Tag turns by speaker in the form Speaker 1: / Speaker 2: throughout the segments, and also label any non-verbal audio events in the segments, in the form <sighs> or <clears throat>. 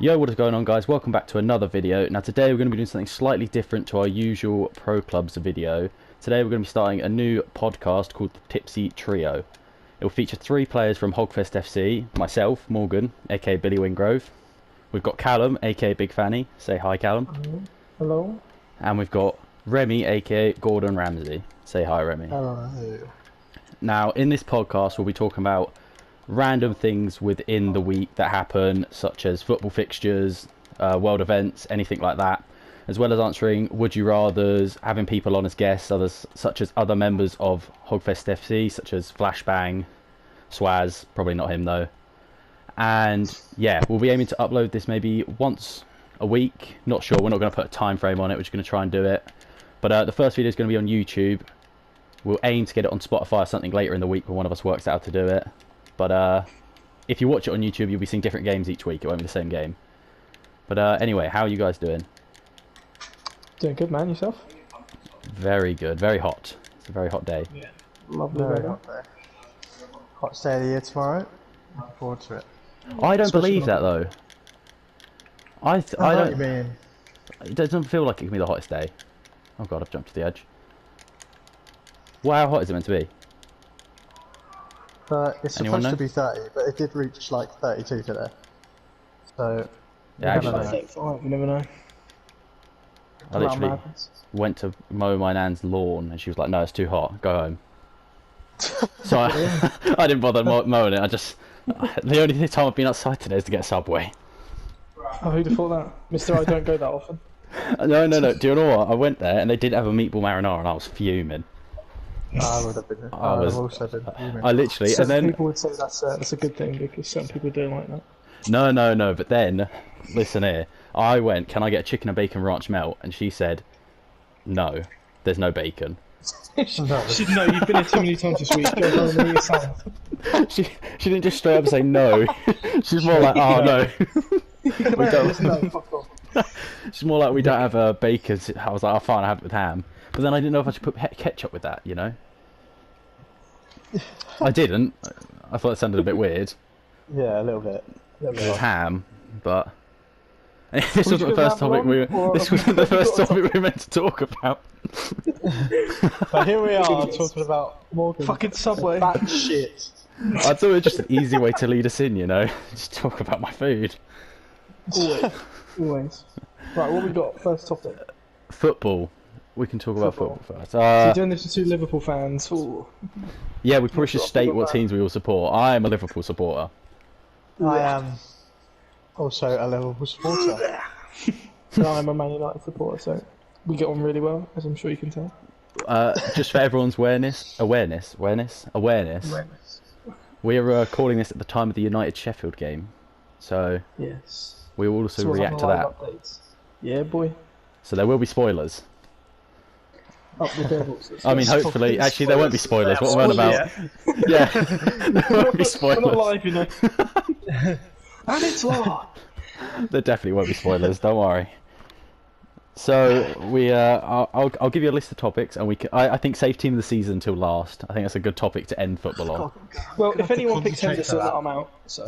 Speaker 1: Yo, what is going on guys? Welcome back to another video. Now today we're going to be doing something slightly different to our usual Pro Clubs video. Today we're going to be starting a new podcast called the Tipsy Trio. It will feature three players from Hogfest FC, myself, Morgan, aka Billy Wingrove. We've got Callum, aka Big Fanny. Say hi, Callum.
Speaker 2: Hello?
Speaker 1: And we've got Remy, aka Gordon Ramsay. Say hi, Remy.
Speaker 2: I don't know.
Speaker 1: Now, in this podcast, we'll be talking about random things within the week that happen, such as football fixtures, uh, world events, anything like that, as well as answering would you rather's, having people on as guests, others such as other members of Hogfest FC, such as Flashbang, Swaz, probably not him though. And yeah, we'll be aiming to upload this maybe once a week. Not sure. We're not going to put a time frame on it. We're just going to try and do it. But uh, the first video is going to be on YouTube. We'll aim to get it on Spotify or something later in the week when one of us works out how to do it. But uh, if you watch it on YouTube, you'll be seeing different games each week. It won't be the same game. But uh, anyway, how are you guys doing?
Speaker 2: Doing good, man. Yourself?
Speaker 1: Very good. Very hot. It's a very hot day.
Speaker 2: Lovely
Speaker 3: Very
Speaker 2: weather.
Speaker 3: hot day. Hot day of the year tomorrow. Looking forward to it.
Speaker 1: I don't
Speaker 3: Especially
Speaker 1: believe that though. I th- I
Speaker 3: know what
Speaker 1: don't.
Speaker 3: you mean.
Speaker 1: It doesn't feel like it can be the hottest day. Oh god, I've jumped to the edge. Well, how hot is it meant to be?
Speaker 3: Uh, it's
Speaker 1: Anyone
Speaker 3: supposed to
Speaker 1: know?
Speaker 3: be 30, but it did reach like 32 today. So,
Speaker 1: Yeah,
Speaker 3: don't
Speaker 1: actually,
Speaker 3: know.
Speaker 2: Alright, we never know.
Speaker 1: I
Speaker 3: around
Speaker 1: literally
Speaker 3: happens.
Speaker 1: went to mow my nan's lawn and she was like, "No, it's too hot. Go <laughs> home." so I, <laughs> I didn't bother mow- mowing it. I just the only time I've been outside today is to get a subway.
Speaker 2: Oh, who'd have thought that? Mister, I don't go
Speaker 1: <laughs>
Speaker 2: that often.
Speaker 1: <laughs> No, no, no. Do you know what? I went there and they did have a meatball marinara, and I was fuming.
Speaker 3: I would have been. I,
Speaker 1: I
Speaker 3: would
Speaker 1: was-
Speaker 3: have also been. fuming.
Speaker 1: I literally,
Speaker 2: Some
Speaker 1: and
Speaker 2: <laughs>
Speaker 1: then
Speaker 2: people would say that's a, that's a good thing because some people don't like that.
Speaker 1: no, no, no. But then, listen here. I went. Can I get a chicken and bacon ranch melt? And she said, No, there's no bacon.
Speaker 3: No.
Speaker 2: Should know you've been here too many times this week. Go home and eat yourself.
Speaker 1: She she didn't just straight up say no. <laughs> She's more like, Oh no. we don't.
Speaker 3: No, fuck off.
Speaker 1: <laughs> She's more like, We don't have a bacon. I was like, I fine, I have it with ham. But then I didn't know if I should put he- ketchup with that. You know. I didn't. I thought it sounded a bit weird.
Speaker 3: Yeah, a little bit. A little
Speaker 1: It was
Speaker 3: bit.
Speaker 1: ham, but <laughs> this
Speaker 2: you
Speaker 1: wasn't the
Speaker 2: go
Speaker 1: first
Speaker 2: round
Speaker 1: topic we
Speaker 2: one, or-
Speaker 1: this wasn't the first topic we were meant to talk about.
Speaker 3: But here we are talking about Morgan.
Speaker 2: Fucking Subway.
Speaker 3: That shit.
Speaker 1: I thought it was just an easy way to lead us in, you know, <laughs> just talk about my food,
Speaker 2: <laughs> Always. Always. Right, what we got? First topic.
Speaker 1: football. We can talk about football,
Speaker 2: Football.
Speaker 1: first. Uh,
Speaker 2: You're doing this to two Liverpool fans. Ooh.
Speaker 1: yeah, we probably should state what
Speaker 2: about-
Speaker 1: teams we all support. I am a Liverpool supporter.
Speaker 3: I am also a Liverpool supporter.
Speaker 2: And I'm a Man United supporter, so we get on really well, as I'm sure you can tell.
Speaker 1: Uh, just for everyone's awareness, awareness, awareness, awareness. We are uh, calling this at the time of the United Sheffield game, so
Speaker 2: Yes.
Speaker 1: we will also
Speaker 2: So
Speaker 1: react to that.
Speaker 2: Updates. Yeah, boy.
Speaker 1: So there will be spoilers.
Speaker 2: Up the devils. Let's
Speaker 1: I mean,
Speaker 2: go.
Speaker 1: hopefully, actually, there won't be spoilers. What am I on about?
Speaker 2: Yeah.
Speaker 1: Yeah, <laughs> there won't be
Speaker 2: We're not
Speaker 1: spoilers.
Speaker 2: live, you know.
Speaker 1: <laughs>
Speaker 2: and it's live.
Speaker 1: There definitely won't be spoilers. Don't worry. So we, uh, I'll, I'll, I'll give you a list of topics, and we, can, I, I think safe team of the season till last. I think that's a good topic to end football on.
Speaker 2: Well,
Speaker 3: Gonna
Speaker 2: if
Speaker 3: have to
Speaker 2: anyone picks Henderson,
Speaker 3: concentrate for that.
Speaker 2: I'm out. So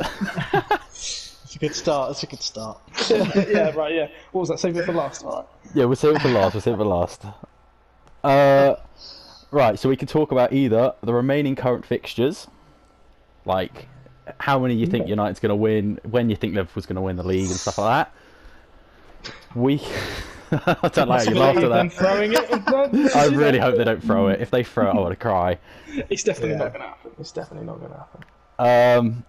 Speaker 2: <laughs>
Speaker 3: It's a good start. It's a good start.
Speaker 2: yeah, right, yeah. What was that? Save it for last. All right.
Speaker 1: Yeah, we'll save it for last. We'll save it for last. Uh, right. So we can talk about either the remaining current fixtures, like how many you think United's going to win, when you think Liverpool's going to win the league, and stuff like that. We. <laughs> I don't like how you laughed at
Speaker 2: Then
Speaker 1: that.
Speaker 2: throwing it. and then-
Speaker 1: <laughs> I really hope they don't throw it. If they throw it, I want to cry.
Speaker 2: It's definitely
Speaker 3: Yeah.
Speaker 2: not going to happen. It's definitely not going to happen.
Speaker 1: Um,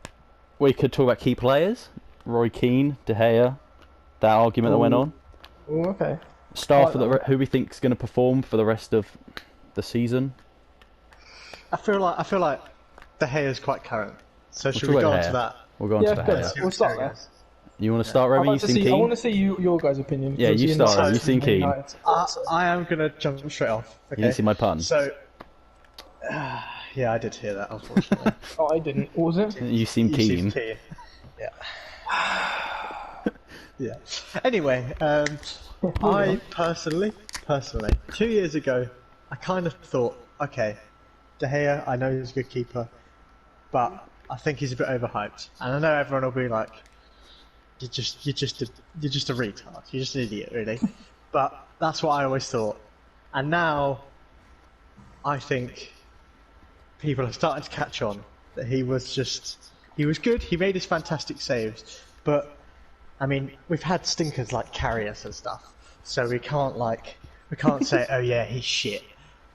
Speaker 1: we could talk about key players: Roy Keane, De Gea. That argument that went
Speaker 2: Ooh.
Speaker 1: on.
Speaker 2: Oh, okay.
Speaker 1: Star
Speaker 2: Like
Speaker 1: for
Speaker 2: that
Speaker 1: the re- who we think's going to perform for the rest of the season.
Speaker 3: I feel like I feel like the hair is quite current. So should
Speaker 1: talk
Speaker 3: we
Speaker 1: about
Speaker 3: go on
Speaker 1: De Gea.
Speaker 3: to that?
Speaker 1: We'll go on
Speaker 2: Yeah,
Speaker 1: to De
Speaker 2: okay.
Speaker 1: Gea.
Speaker 2: We'll start there.
Speaker 1: You want to start, Remy?
Speaker 2: I'd like
Speaker 1: You've
Speaker 2: to
Speaker 1: seen
Speaker 2: see, I want
Speaker 1: Keane.
Speaker 2: to see you, your guys' opinion.
Speaker 1: Yeah,
Speaker 2: because
Speaker 1: you
Speaker 2: obviously
Speaker 1: start,
Speaker 2: you're
Speaker 1: you've seen
Speaker 2: Man
Speaker 1: Keane.
Speaker 2: United.
Speaker 3: I, I am gonna jump straight off. Okay?
Speaker 1: You didn't see my pun.
Speaker 3: So, <sighs> yeah, I did hear that. Unfortunately,
Speaker 2: Oh, I didn't. What was it?
Speaker 1: You've seen
Speaker 3: You see
Speaker 1: Keane.
Speaker 3: Keane. Yeah. <sighs> yeah. Anyway, um,
Speaker 2: Oh,
Speaker 3: I personally, personally, two years ago, I kind of thought, okay, De Gea, I know he's a good keeper, but I think he's a bit overhyped, and I know everyone will be like, you're just you're just a you're just a retard. You're just an idiot, really. but that's what I always thought, and now I think people are starting to catch on that he was just he was good. He made his fantastic saves, but I mean we've had stinkers like Carrius and stuff, so we can't like we
Speaker 2: <laughs>
Speaker 3: can't say oh yeah he's shit.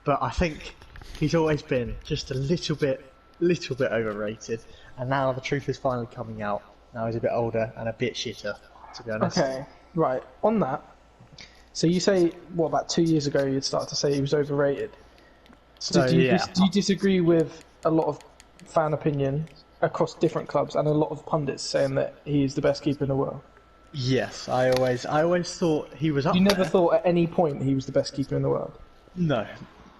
Speaker 3: But I think he's always been just a little bit little bit overrated, and now the truth is finally coming out. Now he's a bit older and a bit shitter, to be honest.
Speaker 2: Okay, right. On that, so you say what about two years ago you'd start to say he was overrated. So,
Speaker 3: So,
Speaker 2: do, you,
Speaker 3: yeah.
Speaker 2: dis- do you disagree with a lot of fan opinion across different clubs and a lot of pundits saying that he is the best keeper in the world?
Speaker 3: Yes, I always I always thought he was up.
Speaker 2: You never
Speaker 3: there.
Speaker 2: thought at any point he was the best keeper in the world.
Speaker 3: No.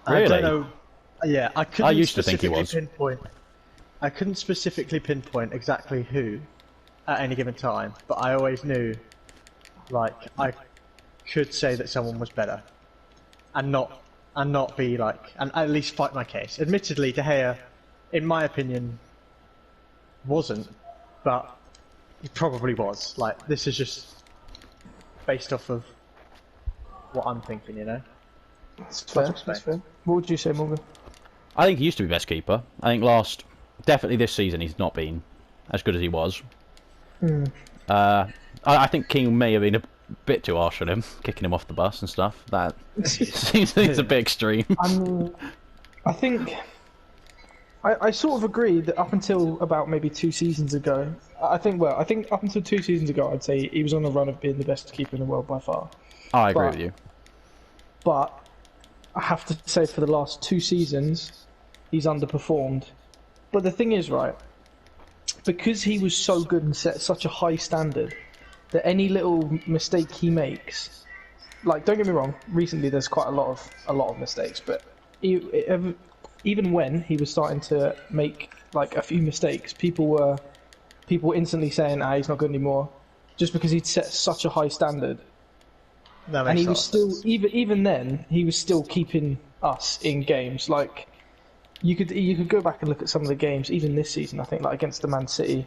Speaker 3: I
Speaker 1: Really?
Speaker 3: don't know. Yeah, I couldn't.
Speaker 1: I used to think he
Speaker 3: specifically
Speaker 1: was.
Speaker 3: Pinpoint, I couldn't specifically pinpoint exactly who at any given time, but I always knew, like I could say that someone was better, and not and not be like and at least fight my case. Admittedly, De Gea, in my opinion, wasn't, but he probably was. Like this is just based off of what I'm thinking, you know.
Speaker 2: That's fair.
Speaker 3: That's
Speaker 2: That's
Speaker 3: fair.
Speaker 2: fair. What would you say, Morgan?
Speaker 1: I think he used to be best keeper. I think last, definitely this season, he's not been as good as he was.
Speaker 2: Hmm.
Speaker 1: Uh, I, I think King may have been a bit too harsh on him, kicking him off the bus and stuff. That <laughs> seems seems
Speaker 2: Hmm.
Speaker 1: a bit extreme.
Speaker 2: I mean, I think I, I sort of agree that up until about maybe two seasons ago, I I think well, I think up until two seasons ago, I'd say he was on a run of being the best keeper in the world by far.
Speaker 1: I agree
Speaker 2: but-
Speaker 1: with you.
Speaker 2: But I have to say, for the last two seasons, he's underperformed. But the thing is, right, because he was so good and set such a high standard, that any little mistake he makes, like don't get me wrong, recently there's quite a lot of a lot of mistakes, but e- ev- even when he was starting to make like a few mistakes, people were people were instantly saying, "Ah, he's not good anymore," just because he'd set such a high standard
Speaker 3: That
Speaker 2: and
Speaker 3: makes
Speaker 2: he
Speaker 3: a lot
Speaker 2: was
Speaker 3: of
Speaker 2: still
Speaker 3: sense.
Speaker 2: even even then he was still keeping us in games like you could you could go back and look at some of the games even this season I think like against the Man City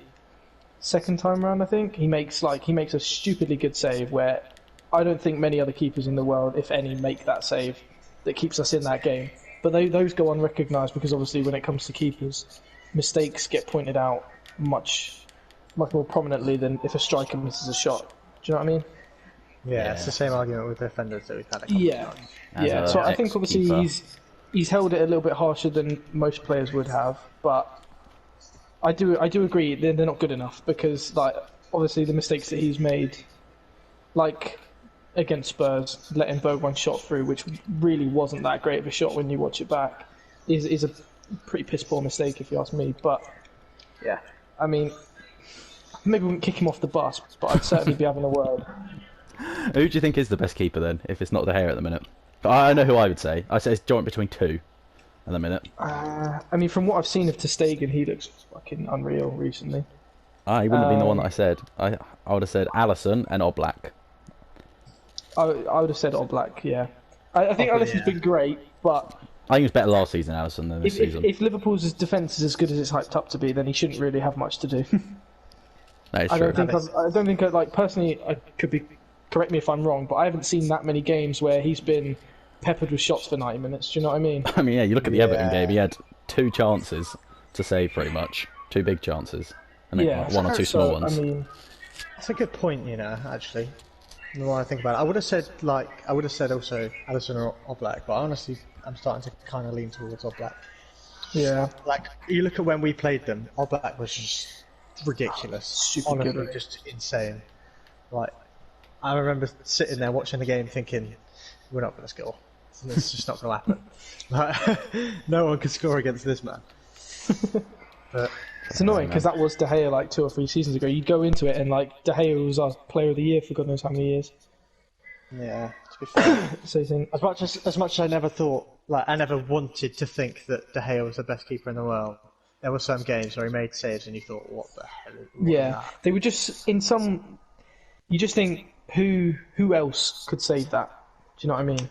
Speaker 2: second time round I think he makes like he makes a stupidly good save where I don't think many other keepers in the world if any make that save that keeps us in that game but tho- those go unrecognised because obviously when it comes to keepers mistakes get pointed out much much more prominently than if a striker misses a shot do you know what I mean
Speaker 3: Yeah, it's the same argument with the offenders that we've had. a couple of
Speaker 2: Yeah,
Speaker 3: times.
Speaker 1: as
Speaker 2: yeah.
Speaker 1: a
Speaker 2: So I think obviously
Speaker 1: ex-keeper.
Speaker 2: he's he's held it a little bit harsher than most players would have, but I do I do agree they're, they're not good enough because like obviously the mistakes that he's made, like against Spurs, letting Bergwijn shot through, which really wasn't that great of a shot when you watch it back, is is a pretty piss poor mistake if you ask me. But
Speaker 3: Yeah.
Speaker 2: I mean. Maybe we wouldn't kick him off the bus, but I'd certainly be having a word.
Speaker 1: Who do you think is the best keeper then, if it's not De Gea at the minute? But I, I know who I would say. I say it's joint between two at the minute.
Speaker 2: Uh, I mean, from what I've seen of Testegen, he looks fucking unreal recently.
Speaker 1: I wouldn't have been the one
Speaker 2: Um,
Speaker 1: that I said. I I would have said Allison and Oblak.
Speaker 2: I, I would have said all black, yeah. I, I think
Speaker 3: Probably,
Speaker 2: Alisson's
Speaker 3: yeah.
Speaker 2: been great, but
Speaker 1: I think it was better last season, Allison, than this
Speaker 2: if, if,
Speaker 1: season.
Speaker 2: if Liverpool's defence is as good as it's hyped up to be, then he shouldn't really have much
Speaker 1: <laughs>
Speaker 2: to do.
Speaker 1: that is
Speaker 2: I
Speaker 1: true.
Speaker 2: don't think I've, I don't think I, like personally I could be correct me if I'm wrong, but I haven't seen that many games where he's been peppered with shots for 90 minutes. Do you know what I mean?
Speaker 1: <laughs> I mean, yeah, you look at the Everton
Speaker 3: Yeah.
Speaker 1: game. He had two chances to save, pretty much two big chances, and then
Speaker 2: yeah,
Speaker 1: one or two
Speaker 2: so,
Speaker 1: small ones.
Speaker 2: I mean,
Speaker 3: That's a good point, you know, actually. The more I think about it, I would have said, like, I would have said also Allison or Oblak, but honestly, I'm starting to kind of lean towards Oblak.
Speaker 2: yeah,
Speaker 3: Like, you look at when we played them, Oblak was just ridiculous.
Speaker 2: Super
Speaker 3: Honestly,
Speaker 2: good.
Speaker 3: just insane. Like, I remember sitting there watching the game thinking, we're not going to score. It's just not going to happen. <laughs> Like, <laughs> no one could score against this man. but,
Speaker 2: it's annoying because that was De Gea like two or three seasons ago. You'd go into it and like De Gea was our player of the year for God knows how many years.
Speaker 3: yeah, to be fair.
Speaker 2: So you think,
Speaker 3: As much as, as much as I never thought, like I never wanted to think that De Gea was the best keeper in the world. There were some games where he made saves and you thought, what the hell? is wrong with
Speaker 2: Yeah,
Speaker 3: that?"
Speaker 2: they were just in some. You just think who who else could save that? Do you know what I mean?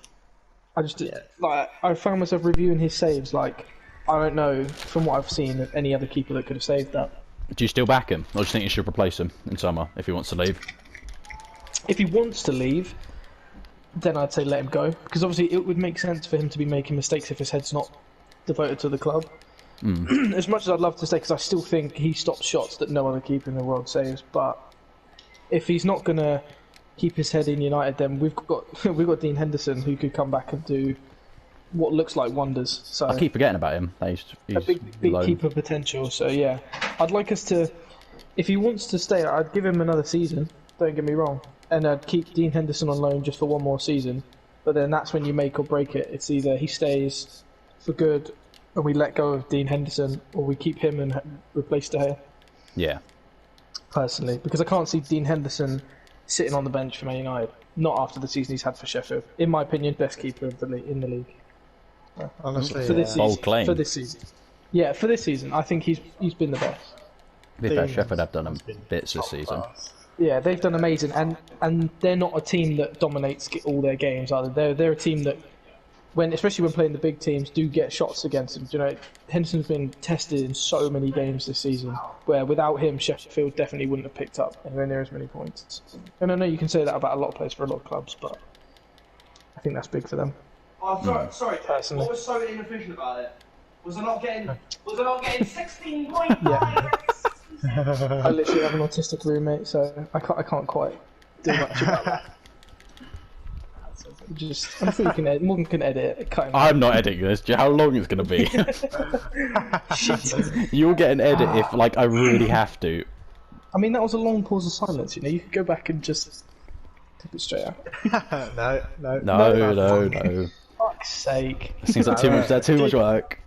Speaker 2: I just like I found myself reviewing his saves. Like I don't know from what I've seen of any other keeper that could have saved that.
Speaker 1: Do you still back him, or do you think you should replace him in summer if he wants to leave?
Speaker 2: If he wants to leave, then I'd say let him go because obviously it would make sense for him to be making mistakes if his head's not devoted to the club. <clears throat> as much as I'd love to stay, because I still think he stops shots that no other keeper in the world saves. But if he's not gonna keep his head in United, then we've got <laughs> we've got Dean Henderson who could come back and do what looks like wonders. So
Speaker 1: I keep forgetting about him. that He's, he's
Speaker 2: a big, big
Speaker 1: loan.
Speaker 2: keeper potential. So yeah, I'd like us to, if he wants to stay, I'd give him another season. Don't get me wrong, and I'd keep Dean Henderson on loan just for one more season. But then that's when you make or break it. It's either he stays for good, and we let go of Dean Henderson, or we keep him and ha- replace De Gea.
Speaker 1: Yeah,
Speaker 2: Personally, because I can't see Dean Henderson sitting on the bench for Man United. Not after the season he's had for Sheffield. In my opinion, best keeper of the le- in the league
Speaker 3: Honestly,
Speaker 2: for
Speaker 3: yeah.
Speaker 2: this season.
Speaker 1: Bold claim.
Speaker 2: For this season, yeah, for this season, I think he's he's been the best.
Speaker 1: to be fair,
Speaker 3: Dean
Speaker 1: Sheffield have done him
Speaker 3: has been
Speaker 1: bits this
Speaker 3: top
Speaker 1: season.
Speaker 3: class.
Speaker 2: Yeah, they've done amazing, and and they're not a team that dominates g- all their games either. They're they're a team that, when especially when playing the big teams, do get shots against them. Do you know, Henderson's been tested in so many games this season, where without him, Sheffield definitely wouldn't have picked up anywhere near as many points. And I know you can say that about a lot of players for a lot of clubs, but I think that's big for them.
Speaker 4: Oh, sorry, sorry.
Speaker 2: Personally.
Speaker 4: What was so inefficient about it? Was I not getting? Was I not getting 16.5?
Speaker 2: Yeah. I literally have an autistic roommate, so I can't I can't quite do much about that. <laughs> Just, I'm sure you can edit. Morgan can edit it. Cut him out.
Speaker 1: I'm not editing this. Do you know how long it's going to
Speaker 2: <laughs>
Speaker 1: be? <laughs> You'll get an edit if, like, I really have to.
Speaker 2: I mean, that was a long pause of silence. You know, you could go back and just clip it straight out.
Speaker 3: <laughs> no, no,
Speaker 1: No, no, no.
Speaker 2: Fuck's sake!
Speaker 1: Seems like too much. That's too much
Speaker 3: Dean-
Speaker 1: work.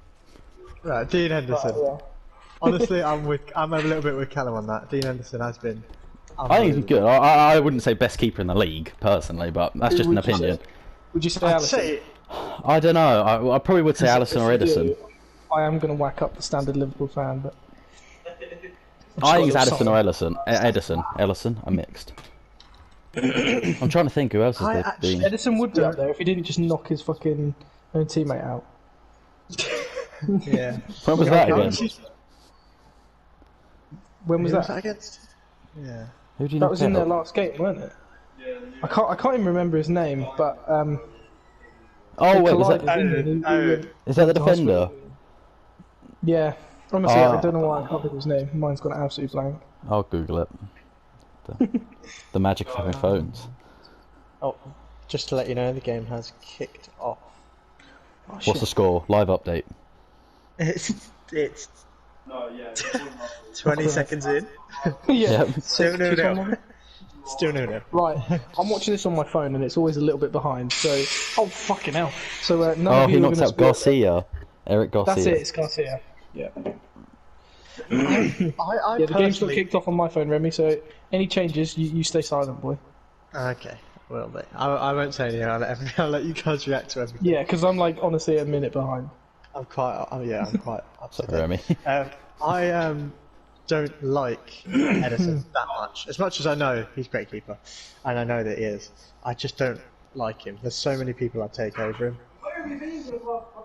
Speaker 3: Right, Dean Henderson.
Speaker 2: Yeah.
Speaker 3: Honestly, I'm with. I'm a little bit with Callum on that. Dean Henderson has been.
Speaker 1: I think he's good. I, I- I wouldn't say best keeper in the league personally, but that's just an
Speaker 2: would you
Speaker 1: opinion.
Speaker 2: Would you say
Speaker 3: I'd
Speaker 2: Allison?
Speaker 3: say
Speaker 1: I don't know. I, I probably would say Allison or
Speaker 2: If you
Speaker 1: Edison.
Speaker 2: do, I am going to whack up the standard Liverpool fan, but
Speaker 1: I think it's
Speaker 2: got a
Speaker 1: Addison
Speaker 2: little
Speaker 1: or Ellison. E- Edison. Ellison. I'm mixed.
Speaker 2: <coughs>
Speaker 1: I'm trying to think who else is
Speaker 3: I
Speaker 1: there.
Speaker 3: actually-
Speaker 1: Dean?
Speaker 2: Edison would be up there if he didn't just knock his fucking own teammate out.
Speaker 3: yeah.
Speaker 1: When was that
Speaker 3: Who
Speaker 1: again?
Speaker 3: was he-
Speaker 2: When
Speaker 3: who
Speaker 2: was
Speaker 3: was
Speaker 2: that?
Speaker 3: that
Speaker 2: That,
Speaker 3: against? Yeah.
Speaker 1: Who do you know?
Speaker 2: was in their last game, wasn't it? I can't I can't even remember his name, but um,
Speaker 1: Oh wait, was
Speaker 2: collided,
Speaker 1: that,
Speaker 2: didn't he?
Speaker 3: Oh,
Speaker 1: is that the defender?
Speaker 2: Yeah. Honestly,
Speaker 1: Ah.
Speaker 2: I don't know why I can't think of his name. Mine's gone absolutely blank. <laughs>
Speaker 1: I'll Google it. The, the magic of having phones.
Speaker 3: Oh, just to let you know, the game has kicked off.
Speaker 1: What's the score? Live update.
Speaker 3: <laughs> It's it's
Speaker 4: no, yeah. it wasn't last week.
Speaker 3: 20 seconds in.
Speaker 2: <laughs> yeah.
Speaker 1: Yep.
Speaker 3: Still no no. Still no no.
Speaker 2: Right, I'm watching this on my phone and it's always a little bit behind. So, oh fucking hell! So uh, none
Speaker 1: Oh,
Speaker 2: of
Speaker 1: he
Speaker 2: you are
Speaker 1: knocked
Speaker 2: gonna
Speaker 1: out
Speaker 2: score.
Speaker 1: Garcia. Eric Garcia.
Speaker 2: That's it. It's Garcia. Yeah.
Speaker 3: I, I
Speaker 2: Yeah, the game's got
Speaker 3: personally.
Speaker 2: kicked off on my phone, Remy. So any changes, you, you stay silent, boy.
Speaker 3: Okay, will be. I, I won't say anything. I'll let, <laughs> every- I'll let you guys react to everything.
Speaker 2: Yeah, because I'm like honestly a minute behind.
Speaker 3: I'm quite. I'm, yeah, I'm quite <laughs> upset.
Speaker 1: Sorry, Remy. <laughs>
Speaker 3: Um, I um,
Speaker 1: <clears throat>
Speaker 3: don't like Edison that much. As much as I know he's a great keeper, and I know that he is, I just don't like him. There's so many people I'd take over him.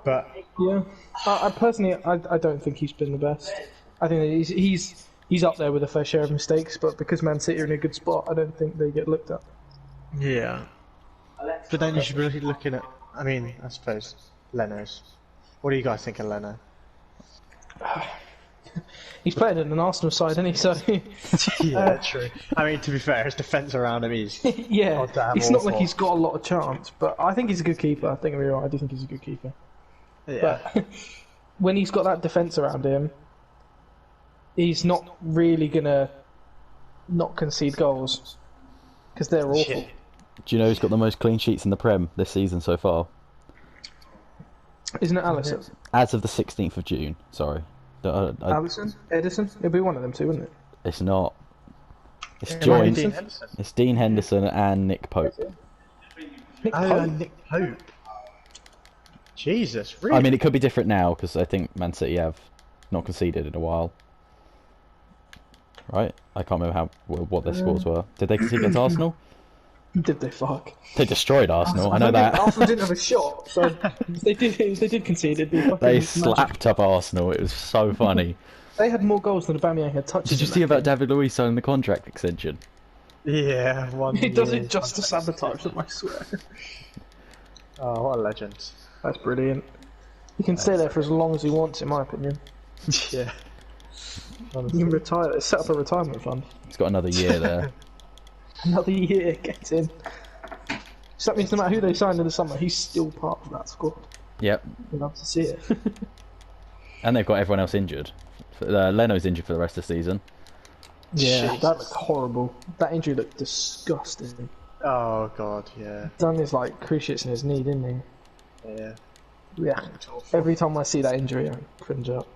Speaker 3: But
Speaker 2: Yeah. I, I personally, I, I don't think he's been the best. I think that he's he's he's up there with a fair share of mistakes, but because Man City are in a good spot, I don't think they get looked at.
Speaker 3: yeah, but then you should be looking- looking at. I mean, I suppose Leno's. What do you guys think of Leno?
Speaker 2: He's playing in an Arsenal side, isn't he? So
Speaker 3: <laughs>
Speaker 2: <laughs>
Speaker 3: Yeah, true. I mean, to be fair, his defense around him <laughs> is
Speaker 2: Yeah,
Speaker 3: God Oh, damn
Speaker 2: it's not
Speaker 3: awful.
Speaker 2: like he's got a lot of chance, but I think he's a good keeper. I think I'm right. I do think he's a good keeper.
Speaker 3: yeah.
Speaker 2: But <laughs> when he's got that defence around him, he's not really gonna not concede goals because they're awful.
Speaker 3: Shit.
Speaker 1: Do you know who's got the most clean sheets in the Prem this season so far?
Speaker 2: Isn't it Allison?
Speaker 1: As of the 16th of June. Sorry. Uh, I-
Speaker 3: Um,
Speaker 2: Allison? Edison? It'll be one of them two, wouldn't it?
Speaker 1: It's not. It's
Speaker 3: Might be
Speaker 1: joined.
Speaker 3: Dean Henderson.
Speaker 1: It's Dean Henderson and Nick Pope.
Speaker 2: Nick
Speaker 3: Oh,
Speaker 2: Pope?
Speaker 3: Nick Pope. Jesus, really?
Speaker 1: I mean, it could be different now because I think Man City have not conceded in a while. Right? I can't remember how wh- what their scores were. Did they concede against Arsenal?
Speaker 2: Did they fuck?
Speaker 1: They destroyed Arsenal. I know
Speaker 2: don't think
Speaker 1: that.
Speaker 2: Arsenal didn't have a shot, <laughs> so if they did. If they did concede, it'd be fucking
Speaker 1: They
Speaker 2: magic.
Speaker 1: slapped up Arsenal. It was so funny.
Speaker 2: They had more goals than Aubameyang had touches.
Speaker 1: Did you
Speaker 2: in
Speaker 1: see
Speaker 2: that
Speaker 1: about David Luiz signing the contract extension?
Speaker 3: Yeah, one.
Speaker 2: game. He does <laughs>
Speaker 3: year.
Speaker 2: it just to sabotage them, I swear.
Speaker 3: Oh, what
Speaker 2: <laughs>
Speaker 3: a legend.
Speaker 2: That's brilliant. He can stay there for as long as he wants, in my opinion.
Speaker 3: yeah.
Speaker 2: He
Speaker 3: Honestly.
Speaker 2: can retire, set up a retirement fund.
Speaker 1: He's got another year
Speaker 3: <laughs>
Speaker 1: there.
Speaker 2: Another year, get in. So that means no matter who they signed in the summer, he's still part of that squad.
Speaker 1: yep.
Speaker 2: We'd love to see <laughs> it.
Speaker 1: And they've got everyone else injured. F- Uh, Leno's injured for the rest of the season.
Speaker 2: yeah,
Speaker 3: Jeez.
Speaker 2: that looked horrible. That injury looked disgusting.
Speaker 3: Oh god, yeah,
Speaker 2: Done his like cruciates in his knee, didn't
Speaker 3: yeah.
Speaker 2: he? Yeah. Every time I see that injury, I cringe
Speaker 3: <laughs>
Speaker 2: up.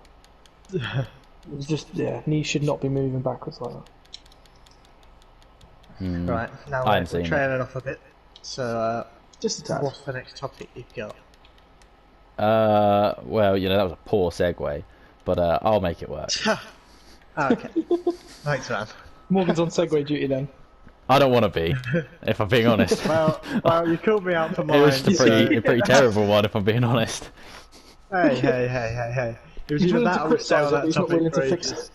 Speaker 2: It was just yeah, knee should not be moving backwards like that.
Speaker 3: Right now
Speaker 1: I
Speaker 3: we're,
Speaker 1: haven't seen
Speaker 3: we're
Speaker 1: it.
Speaker 3: trailing off a bit. So uh,
Speaker 2: Just a tad.
Speaker 3: what's the next topic you've got?
Speaker 1: Uh, well, you know, that was a poor segue, but uh, I'll make it work.
Speaker 3: Ah,
Speaker 2: <laughs>
Speaker 3: Okay. Thanks, man.
Speaker 2: Morgan's on segue duty then.
Speaker 1: I don't want to be, if I'm being honest.
Speaker 2: <laughs>
Speaker 1: it
Speaker 3: Well, well, you called me out for mine.
Speaker 1: was just a
Speaker 3: so-
Speaker 1: pretty, a pretty terrible one, if I'm being honest.
Speaker 3: Hey, hey, hey, hey, hey. It was
Speaker 2: He's
Speaker 3: either
Speaker 2: willing
Speaker 3: that
Speaker 2: to
Speaker 3: or we sell
Speaker 2: criticise it, but
Speaker 3: that
Speaker 2: he's not
Speaker 3: topic
Speaker 2: willing
Speaker 3: for
Speaker 2: to fix
Speaker 3: ages.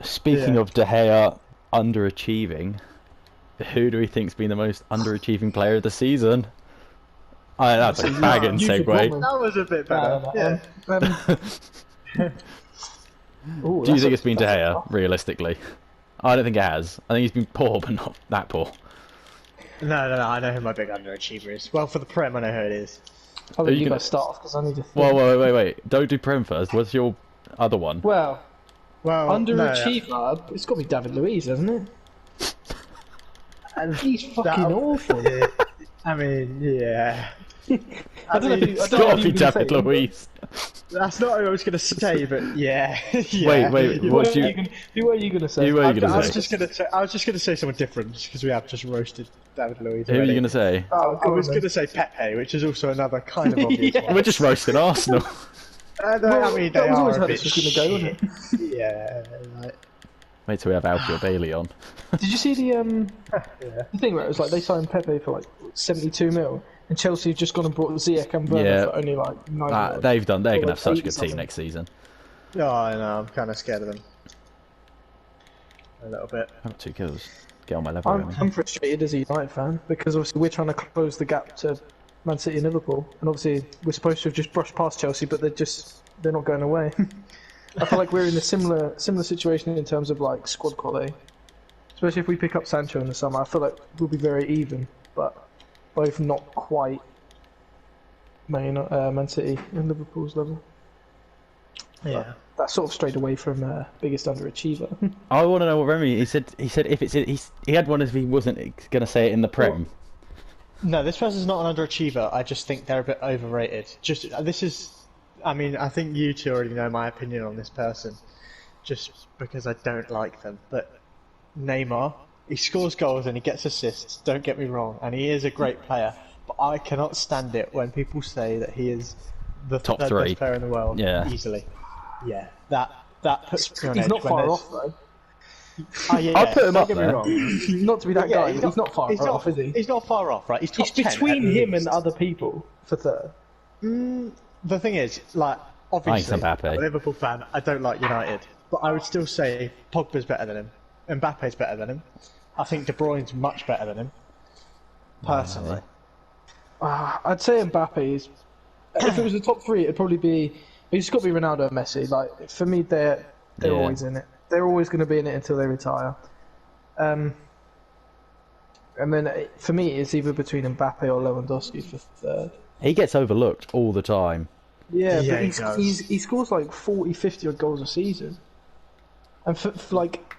Speaker 2: it.
Speaker 1: Speaking
Speaker 3: Yeah.
Speaker 1: of De Gea underachieving, who do we think's been the most underachieving player of the season? I, that's a bagging
Speaker 2: You
Speaker 1: segue.
Speaker 2: should comment.
Speaker 3: That was a bit better.
Speaker 2: Uh,
Speaker 3: yeah.
Speaker 2: um, um, ooh,
Speaker 1: Do you
Speaker 2: that's
Speaker 1: think
Speaker 2: a-
Speaker 1: it's been De
Speaker 2: that's a
Speaker 1: Gea,
Speaker 2: tough-
Speaker 1: realistically? I don't think it has. I think he's been poor, but not that poor.
Speaker 3: <laughs> No, no, no. I know who my big underachiever is. Well, for the prem, I know who it is.
Speaker 2: I'll
Speaker 1: Are
Speaker 2: let
Speaker 1: you
Speaker 2: you
Speaker 1: gonna-
Speaker 2: guys start because I need to. Think.
Speaker 1: Well, wait, wait, wait. Don't do Prem first. What's your other one?
Speaker 2: well,
Speaker 3: Well,
Speaker 2: underachiever. It's got to be David Luiz, hasn't it? He's fucking awful.
Speaker 3: No, yeah. <laughs> I mean, yeah.
Speaker 2: <laughs> I don't know. Who, I
Speaker 1: It's
Speaker 2: don't know
Speaker 1: got to
Speaker 2: who
Speaker 1: be
Speaker 2: you've been
Speaker 1: David
Speaker 2: saying.
Speaker 1: Luiz.
Speaker 3: That's not who I was gonna say, but yeah. <laughs> yeah.
Speaker 1: Wait, wait,
Speaker 2: Who
Speaker 1: what
Speaker 2: were
Speaker 1: do
Speaker 2: you,
Speaker 1: you...
Speaker 2: gonna- who were you gonna say?
Speaker 1: Who were
Speaker 3: I,
Speaker 1: you going
Speaker 3: I
Speaker 1: to
Speaker 3: was
Speaker 1: say?
Speaker 3: just gonna say. I was just gonna say someone different because we have just roasted David Luiz.
Speaker 1: Who are you
Speaker 3: already.
Speaker 1: going to say?
Speaker 2: Oh,
Speaker 3: I was gonna say Pepe, which is also another kind of
Speaker 2: <laughs>
Speaker 3: obvious
Speaker 2: Yeah.
Speaker 3: one.
Speaker 1: We're just
Speaker 3: <laughs>
Speaker 1: roasting Arsenal.
Speaker 3: Uh, no,
Speaker 2: Well,
Speaker 3: I mean,
Speaker 2: that
Speaker 3: they
Speaker 2: was
Speaker 3: are
Speaker 2: always
Speaker 3: a
Speaker 2: how
Speaker 3: bit
Speaker 2: this was gonna go, wasn't
Speaker 3: shit. Yeah, like,
Speaker 1: Wait till we have Alfio Bailey on.
Speaker 2: Did you see the um the thing where it was like they signed Pepe for like seventy two mil, and Chelsea have just gone and brought Ziyech and Werner
Speaker 1: Yeah.
Speaker 2: for only like nine.
Speaker 1: Ah,
Speaker 2: mil.
Speaker 1: they've done. They're going to
Speaker 2: Well,
Speaker 1: have such a good
Speaker 2: something.
Speaker 1: team next season.
Speaker 3: oh, I know, I'm kind of scared of them. A little bit.
Speaker 1: I've got two kills. Get on my level.
Speaker 2: I'm,
Speaker 1: really.
Speaker 2: I'm frustrated as a United fan because obviously we're trying to close the gap to Man City and Liverpool, and obviously we're supposed to have just brushed past Chelsea, but they're just they're not going
Speaker 3: <laughs>
Speaker 2: away. I feel like we're in a similar similar situation in terms of like squad quality, especially if we pick up Sancho in the summer. I feel like we'll be very even, but both not quite Man, Uni- uh, Man City and Liverpool's level.
Speaker 3: Yeah.
Speaker 2: That sort of strayed away from uh, biggest underachiever.
Speaker 1: I want to know what Remy. He said. He said if it's. He's, he had one as if he wasn't going to say it in the prem.
Speaker 3: No, this person's not an underachiever. I just think they're a bit overrated. Just uh, this is, I mean, I think you two already know my opinion on this person, just because I don't like them. But Neymar, he scores goals and he gets assists. Don't get me wrong, and he is a great player. But I cannot stand it when people say that he is the
Speaker 1: Top
Speaker 3: third
Speaker 1: three.
Speaker 3: best player in the world.
Speaker 1: Yeah.
Speaker 3: easily. Yeah, that that puts me on
Speaker 2: He's
Speaker 3: edge
Speaker 2: not
Speaker 3: when
Speaker 2: far
Speaker 3: there's-
Speaker 2: off though.
Speaker 3: Oh, yeah,
Speaker 1: I'll
Speaker 3: yeah,
Speaker 1: put him
Speaker 3: don't
Speaker 1: up
Speaker 3: get me
Speaker 1: there.
Speaker 3: wrong.
Speaker 2: Not to be that guy.
Speaker 3: Yeah,
Speaker 2: He's not, far
Speaker 3: he's
Speaker 2: off,
Speaker 3: not,
Speaker 2: is he?
Speaker 3: He's not far off, right? He's top
Speaker 2: It's
Speaker 3: 10 at
Speaker 2: between him and
Speaker 3: least.
Speaker 2: other people for third.
Speaker 3: The thing is, like, obviously, I'm
Speaker 1: Mbappe.
Speaker 3: a Liverpool fan. I don't like United, but I would still say Pogba's better than him. Mbappe's better than him. I think De Bruyne's much better than him. Personally,
Speaker 2: Ah, I'd say Mbappe is. if it was the top three, it'd probably be. It's got to be Ronaldo and Messi. Like for me, they're they're
Speaker 1: Yeah.
Speaker 2: always in it. They're always going to be in it until they retire. Um, and then it, for me, it's either between Mbappe or Lewandowski for third.
Speaker 1: He gets overlooked all the time.
Speaker 2: Yeah,
Speaker 3: Yeah,
Speaker 2: but
Speaker 3: he
Speaker 2: he's,
Speaker 3: does.
Speaker 2: he's, he scores like 40, 50 odd goals a season. And for, for like,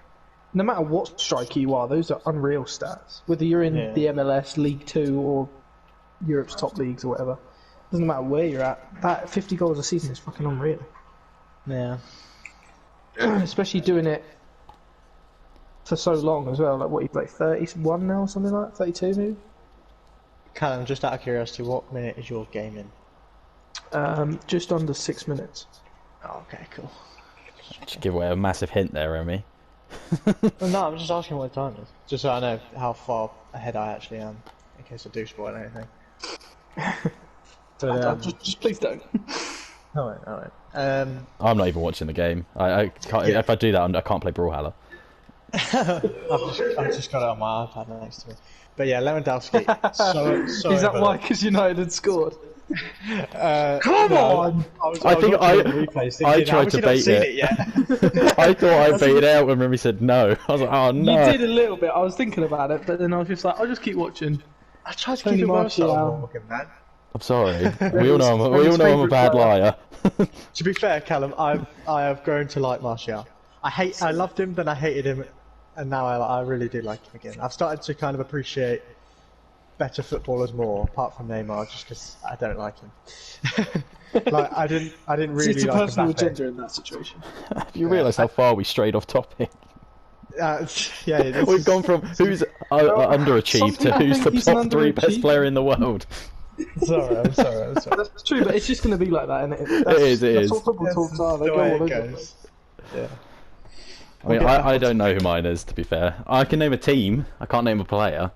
Speaker 2: no matter what striker you are, those are unreal stats. Whether you're in
Speaker 3: Yeah.
Speaker 2: the MLS, League Two, or Europe's top leagues or whatever, doesn't matter where you're at, that 50 goals a season is fucking unreal. <clears throat>
Speaker 3: yeah.
Speaker 2: Especially doing it for so long as well. Like, what, he's like 31 now or something like that? 32 maybe?
Speaker 3: Callum, just out of curiosity, what minute is your game in?
Speaker 2: Um, just under six minutes.
Speaker 3: Oh, okay, cool.
Speaker 1: Just give away a massive hint there, Remy.
Speaker 3: Well, no, I'm just asking what the time is, just so I know how far ahead I actually am, in case I do spoil anything. But, um,
Speaker 2: just, just please don't. <laughs>
Speaker 3: All right, all right. Um,
Speaker 1: I'm not even watching the game. I, I can't,
Speaker 3: Yeah.
Speaker 1: if I do that, I'm, I can't play Brawlhalla.
Speaker 3: I've, just, I've just got it on my iPad next to me. But yeah, Lewandowski. <laughs> so, so
Speaker 2: Is that
Speaker 3: overlooked.
Speaker 2: why? Because United had scored.
Speaker 3: Uh,
Speaker 2: Come
Speaker 3: no,
Speaker 2: on!
Speaker 3: I, was,
Speaker 1: I
Speaker 3: was
Speaker 1: think
Speaker 3: watching
Speaker 1: I-
Speaker 3: the replays
Speaker 1: I
Speaker 3: thinking,
Speaker 1: tried
Speaker 3: "How has
Speaker 1: to
Speaker 3: he not
Speaker 1: bait
Speaker 3: seen
Speaker 1: it."
Speaker 2: <laughs>
Speaker 3: it
Speaker 1: <laughs>
Speaker 3: yet?"
Speaker 1: I thought I beat it out when Remy said no. <laughs> I was like, oh no.
Speaker 2: You did a little bit. I was thinking about it, but then I was just like, I'll just keep watching.
Speaker 3: I tried to
Speaker 2: Tony
Speaker 3: keep it
Speaker 2: Martial.
Speaker 3: Martial. on Morgan, man.
Speaker 1: I'm
Speaker 3: <laughs>
Speaker 1: sorry. We all know I'm, we all
Speaker 3: Remy's
Speaker 1: know I'm a bad liar. <laughs>
Speaker 3: favourite To be fair, Callum, I've I have grown to like Martial. I hate, I loved him, then I hated him, and now I, I really do like him again. I've started to kind of appreciate better footballers more, apart from Neymar, just because I don't like him. <laughs> like I didn't, I didn't really
Speaker 2: it's a
Speaker 3: like
Speaker 2: personal
Speaker 3: Mbappe.
Speaker 2: agenda in that situation.
Speaker 1: you realise how far we strayed off topic?
Speaker 3: Uh, <laughs> yeah, this
Speaker 1: We've
Speaker 3: is-
Speaker 1: gone from who's uh, uh, underachieved to
Speaker 2: people
Speaker 1: who's
Speaker 2: think
Speaker 1: the
Speaker 2: he's
Speaker 1: top
Speaker 2: an
Speaker 1: three best
Speaker 2: underachiever.
Speaker 1: player in the
Speaker 2: <laughs>
Speaker 1: world.
Speaker 3: Sorry, I'm sorry, I'm sorry.
Speaker 2: That's true, but it's just going to be like that, isn't it? That's,
Speaker 1: is, it
Speaker 2: that's
Speaker 1: is.
Speaker 2: all football
Speaker 3: That's
Speaker 2: talks are. They
Speaker 3: the
Speaker 2: go
Speaker 3: way
Speaker 2: all over.
Speaker 3: it
Speaker 2: the place.
Speaker 3: goes. Yeah.
Speaker 1: I mean, I, I don't know who mine is, to be fair. I can name a team. I can't name a player.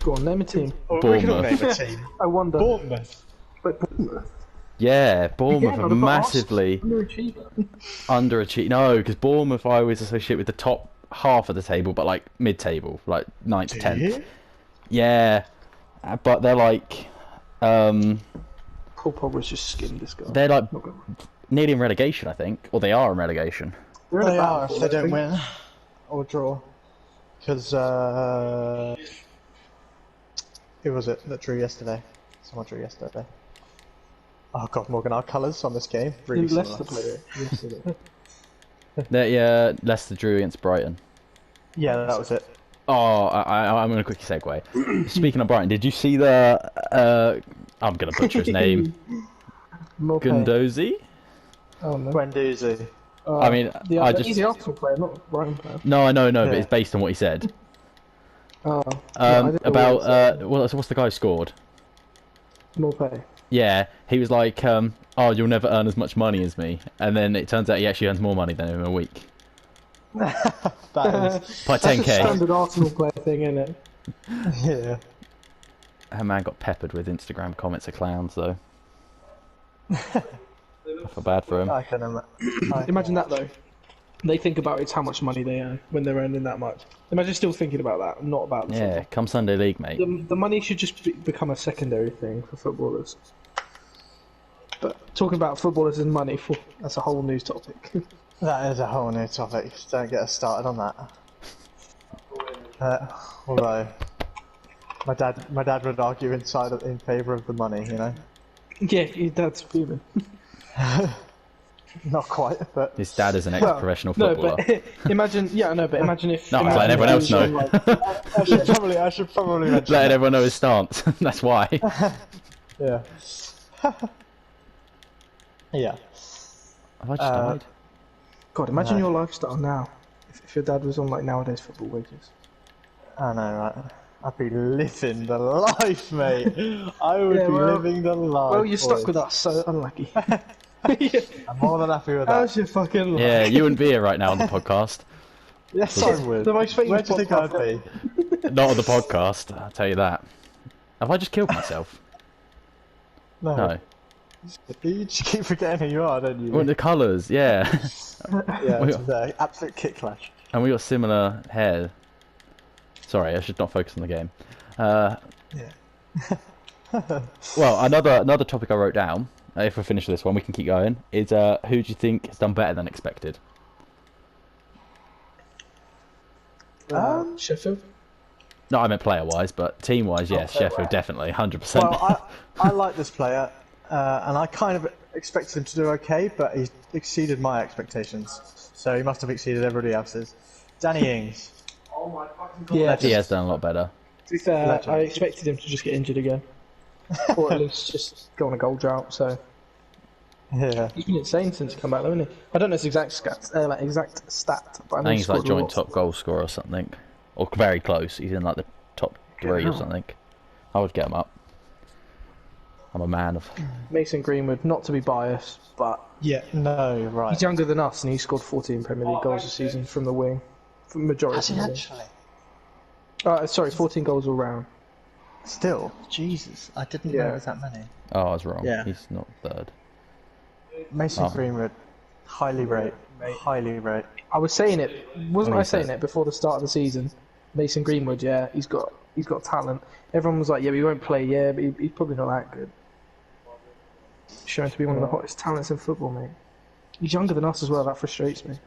Speaker 2: Go on, name a team.
Speaker 3: Well, we can all
Speaker 1: Bournemouth.
Speaker 3: name a team.
Speaker 2: I wonder.
Speaker 3: Bournemouth.
Speaker 2: But Bournemouth.
Speaker 1: Yeah, Bournemouth
Speaker 2: Yeah,
Speaker 1: are
Speaker 2: but I've got
Speaker 1: massively
Speaker 2: Underachiever.
Speaker 1: underachieved. No, because Bournemouth I always associate with the top half of the table, but like mid-table, like ninth, tenth.
Speaker 3: Yeah.
Speaker 1: Yeah, Uh, but they're like, um,
Speaker 2: Paul Pogba's just skinned this guy.
Speaker 1: they're like
Speaker 2: Not good.
Speaker 1: nearly in relegation, I think, or they are in relegation.
Speaker 2: <laughs> They're in a
Speaker 3: They
Speaker 2: bad
Speaker 3: are if
Speaker 2: form,
Speaker 3: they
Speaker 2: I
Speaker 3: don't
Speaker 2: think.
Speaker 3: win or draw. Because, uh. Who was it that drew yesterday? Someone drew yesterday. Oh god, Morgan, our colours on this game. Really
Speaker 2: Who
Speaker 3: similar.
Speaker 2: Leicester played
Speaker 3: <laughs>
Speaker 2: it yesterday.
Speaker 1: They're, yeah, Leicester drew against Brighton.
Speaker 3: Yeah, that was it.
Speaker 1: Oh, I, I, I'm going to quickly
Speaker 2: <clears throat>
Speaker 1: segue. Speaking of Brighton, did you see the? Uh, I'm going to butcher his
Speaker 2: <laughs>
Speaker 1: name.
Speaker 2: Mopé.
Speaker 1: Gundozi.
Speaker 2: Oh, no.
Speaker 3: Guendouzi.
Speaker 2: Uh,
Speaker 1: I mean,
Speaker 2: the,
Speaker 1: I
Speaker 2: the-
Speaker 1: just-
Speaker 2: He's the Arsenal player, not Brighton player.
Speaker 1: No, I know, no, but
Speaker 3: Yeah.
Speaker 1: it's based on what he
Speaker 2: <laughs>
Speaker 1: said.
Speaker 2: Oh, yeah, I
Speaker 1: Um,
Speaker 2: didn't know
Speaker 1: about
Speaker 2: what it
Speaker 1: uh, well, what's the guy who scored?
Speaker 2: said. Mopé.
Speaker 1: Yeah, he was like, um, "Oh, you'll never earn as much money as me," and then it turns out he actually earns more money than him in a week
Speaker 3: That is.
Speaker 1: by
Speaker 2: That's
Speaker 1: 10k.
Speaker 2: a standard Arsenal player thing, isn't it?
Speaker 3: <laughs> yeah.
Speaker 1: Her man got peppered with Instagram comments of clowns,
Speaker 2: <laughs>
Speaker 1: though. I feel bad for him.
Speaker 2: Uh,
Speaker 3: I can ima- I can
Speaker 2: Imagine that though. They think about it's how much money they earn when they're earning that much. Imagine still thinking about that, not about the
Speaker 1: Yeah,
Speaker 2: football.
Speaker 1: come Sunday league, mate.
Speaker 2: The, the money should just be, become a secondary thing for footballers. But talking about footballers and money, for, that's a whole new topic. <laughs>
Speaker 3: That is a whole new topic. Don't get us started on that. Uh, although my dad, my dad would argue inside of, in favour of the money. You know,
Speaker 2: yeah, your dad's fuming.
Speaker 3: not quite, but
Speaker 1: His dad is an ex-professional
Speaker 2: No,
Speaker 1: footballer.
Speaker 2: but <laughs> imagine, yeah, no, but imagine
Speaker 1: <laughs>
Speaker 2: if.
Speaker 1: No, I'm
Speaker 2: imagine
Speaker 1: letting everyone else
Speaker 2: if
Speaker 1: know.
Speaker 2: he was on, like-
Speaker 3: I should probably, I should <laughs> probably mention
Speaker 1: Letting
Speaker 3: that.
Speaker 1: everyone know his stance. <laughs> That's why.
Speaker 3: Yeah. <laughs> yeah.
Speaker 1: Have I just
Speaker 3: Uh,
Speaker 1: died? <laughs>
Speaker 2: God, imagine
Speaker 3: No.
Speaker 2: your lifestyle now. If, if your dad was on like nowadays football wages.
Speaker 3: I know, right? I'd be living the life, mate. I would
Speaker 2: Yeah,
Speaker 3: be
Speaker 2: well-
Speaker 3: living the life.
Speaker 2: well, you're stuck
Speaker 3: boys.
Speaker 2: with us, so
Speaker 1: <laughs>
Speaker 2: unlucky. <laughs>
Speaker 3: I'm more than happy with that.
Speaker 2: How's your fucking life?
Speaker 1: Yeah, you wouldn't be here right now on the podcast.
Speaker 3: Yes, I would.
Speaker 2: The most famous
Speaker 3: Where do you think I'd
Speaker 2: podcast
Speaker 3: be?
Speaker 1: Not on the podcast, I'll tell you that. Have I just killed myself? No.
Speaker 3: You just keep forgetting who you are, don't you?
Speaker 1: Well, the colours, yeah. <laughs>
Speaker 3: yeah,
Speaker 1: we
Speaker 3: it's
Speaker 1: are.
Speaker 3: an absolute kick clash.
Speaker 1: And we got similar hair. Sorry, I should not focus on the game. Uh,
Speaker 3: Yeah. <laughs>
Speaker 1: well, another another topic I wrote down. uh, If we finish this one, we can keep going. Is uh, who do you think has done better than expected?
Speaker 3: Um,
Speaker 2: Sheffield.
Speaker 1: No, I meant player wise, but team wise, yes, Sheffield definitely, hundred percent.
Speaker 3: Oh, well, I, I like this player, uh, and I kind of expected him to do okay, but he exceeded my expectations. So he must have exceeded everybody else's. Danny Ings. <laughs>
Speaker 4: Oh my fucking god.
Speaker 2: <laughs> Yeah,
Speaker 1: He has done a lot better.
Speaker 2: to be fair,
Speaker 3: Legend.
Speaker 2: I expected him to just get injured
Speaker 3: <laughs>
Speaker 2: again. or at least just go on a goal drought, so.
Speaker 3: Yeah.
Speaker 2: He's been insane since he come back, though, hasn't he? I don't know his exact stat, uh, like, exact stat, but I
Speaker 1: I
Speaker 2: know
Speaker 1: think
Speaker 2: he
Speaker 1: he's like
Speaker 2: scored a
Speaker 1: joint
Speaker 2: lot.
Speaker 1: top goal scorer or something, or very close. He's in like the top three or something. I would get him up. I'm a man of.
Speaker 2: Mason Greenwood, not to be biased, but
Speaker 3: Yeah. No, you're right.
Speaker 2: he's younger than us and he scored 14 Premier League goals this season from the wing. From majority of the wing.
Speaker 3: actually?
Speaker 2: Uh, sorry, 14 goals all round.
Speaker 3: Still, Jesus, I didn't know
Speaker 2: Yeah.
Speaker 3: it was that many.
Speaker 1: Oh, I was wrong.
Speaker 3: Yeah.
Speaker 1: He's not third.
Speaker 3: Mason
Speaker 1: Oh.
Speaker 3: Greenwood, highly rate, highly rate.
Speaker 2: I was saying it, wasn't
Speaker 1: Oh,
Speaker 2: I
Speaker 1: yes,
Speaker 2: saying
Speaker 1: yes.
Speaker 2: it before the start of the season? Mason Greenwood, yeah, he's got he's got talent. Everyone was like, yeah, but he won't play, yeah, but he, he's probably not that good. Shown to be one of the hottest talents in football, mate. He's younger than us as well. That frustrates me.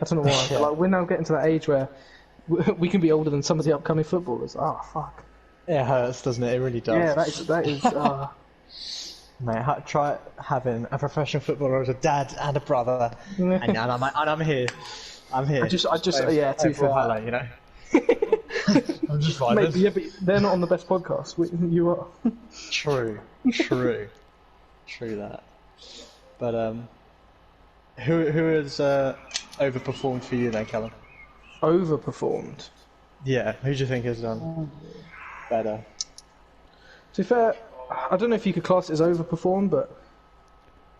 Speaker 2: I don't know why. but, like we're now getting to that age where <laughs> w- we can be older than some of the upcoming footballers. Oh fuck.
Speaker 3: It hurts, doesn't it? It really does.
Speaker 2: Yeah, that is that <laughs> is. Uh,
Speaker 3: Mate, ha- try having a professional footballer as a dad and a brother, and, and I'm and I'm here. I'm here.
Speaker 2: I just I just
Speaker 3: Over-
Speaker 2: yeah. To be
Speaker 3: over
Speaker 2: fair, <laughs>
Speaker 3: highlight, you know. I'm just
Speaker 2: Mate,
Speaker 3: vibing.
Speaker 2: yeah, but they're not on the best podcast. We, you are.
Speaker 3: True, true, true that. But um, who who has uh, overperformed for you then, Callum?
Speaker 2: overperformed.
Speaker 3: Yeah, who do you think has done
Speaker 2: Mm.
Speaker 3: better?
Speaker 2: To be fair, I don't know if you could class it as overperformed, but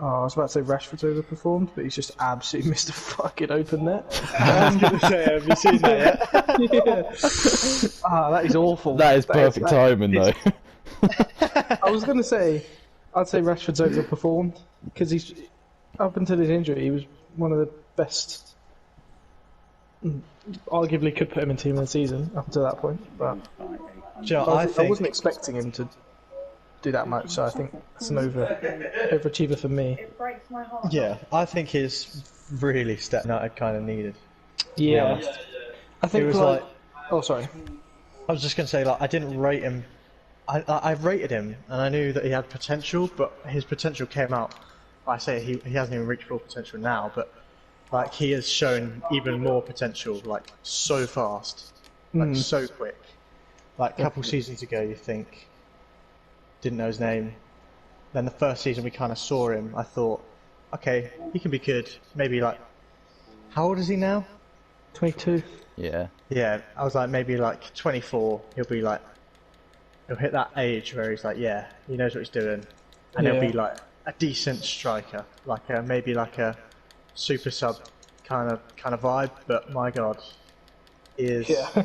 Speaker 2: oh, I was about to say Rashford's overperformed, but he's just absolutely <laughs> missed a fucking open
Speaker 3: <laughs>
Speaker 2: net. Um,
Speaker 3: have you seen that yet?
Speaker 2: <laughs> Yeah. ah, that is awful.
Speaker 1: That is
Speaker 2: is-
Speaker 1: perfect timing, though.
Speaker 2: I was gonna say, I'd say Rashford's overperformed because he's up until his injury, he was one of the best. mm, Arguably, could put him in team of the season up until that point, but
Speaker 3: Do you know,
Speaker 2: I,
Speaker 3: I
Speaker 2: was, I wasn't
Speaker 3: think
Speaker 2: expecting him to do that much, so I think that's an over overachiever for me.
Speaker 5: It breaks my heart.
Speaker 3: yeah, I think he's really stepping out. Kind of needed.
Speaker 2: Yeah, I think
Speaker 3: It was
Speaker 2: like,
Speaker 3: like
Speaker 2: oh sorry,
Speaker 3: I was just gonna say like I didn't rate him. I, I I rated him and I knew that he had potential, but his potential came out. I say he he hasn't even reached full potential now, but like he has shown even more potential, like so fast,
Speaker 2: hmm,
Speaker 3: like so quick. Like a couple seasons ago, you think didn't know his name. Then the first season we kind of saw him. I thought, okay, he can be good. Maybe like, how old is he now?
Speaker 2: twenty-two.
Speaker 1: <laughs> yeah.
Speaker 3: Yeah, I was like maybe like 24. He'll be like, he'll hit that age where he's like, yeah, he knows what he's doing, and he'll be
Speaker 2: Yeah.
Speaker 3: like a decent striker, like a, maybe like a super sub kind of kind of vibe. But my god, he is
Speaker 2: Yeah, <laughs>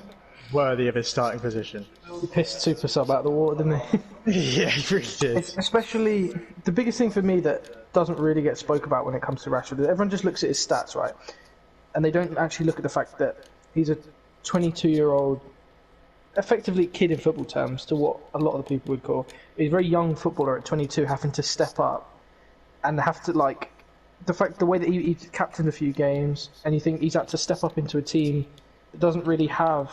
Speaker 3: worthy of his starting position.
Speaker 2: he pissed super sub out of the water, didn't <laughs> he?
Speaker 3: <laughs> yeah, he really did.
Speaker 2: Especially the biggest thing for me that doesn't really get spoke about when it comes to Rashford is everyone just looks at his stats, right? And they don't actually look at the fact that he's a 22-year-old, effectively kid in football terms, to what a lot of the people would call. He's a very young footballer at 22, having to step up and have to like the fact the way that he, he captained a few games, and you think he's had to step up into a team that doesn't really have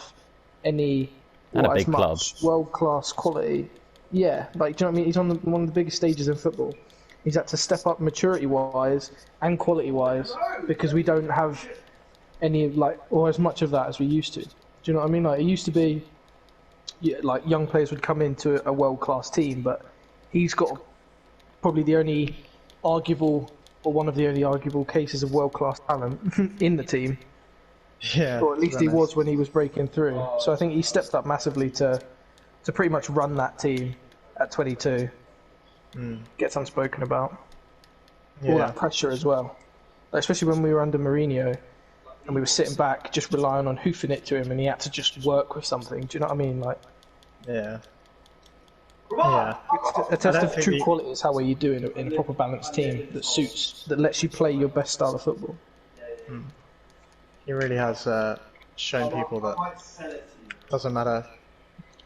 Speaker 2: any
Speaker 1: And a
Speaker 2: well, as
Speaker 1: big
Speaker 2: much
Speaker 1: club.
Speaker 2: world-class quality. Yeah, like do you know what I mean? He's on the, one of the biggest stages in football. He's had to step up maturity-wise and quality-wise because we don't have any like or as much of that as we used to. Do you know what I mean? Like it used to be, yeah, like young players would come into a world-class team, but he's got probably the only arguable or one of the only arguable cases of world class talent <laughs> in the team,
Speaker 3: Yeah,
Speaker 2: or at least he
Speaker 3: Rennes.
Speaker 2: was when he was breaking through. So I think he stepped up massively to to pretty much run that team at 22. Gets unspoken about all
Speaker 3: Yeah.
Speaker 2: that pressure as well, Like, especially when we were under Mourinho. And we were sitting back, just relying on hoofing it to him, and he had to just work with something. Do you know what I mean? Like,
Speaker 3: yeah,
Speaker 4: Right.
Speaker 2: a test
Speaker 3: don't
Speaker 2: of
Speaker 3: think
Speaker 2: true
Speaker 3: he-
Speaker 2: quality is how well you do in a, in a proper balanced team that suits, that lets you play your best style of football.
Speaker 3: He really has uh, shown people that
Speaker 4: might sell it to you.
Speaker 3: doesn't matter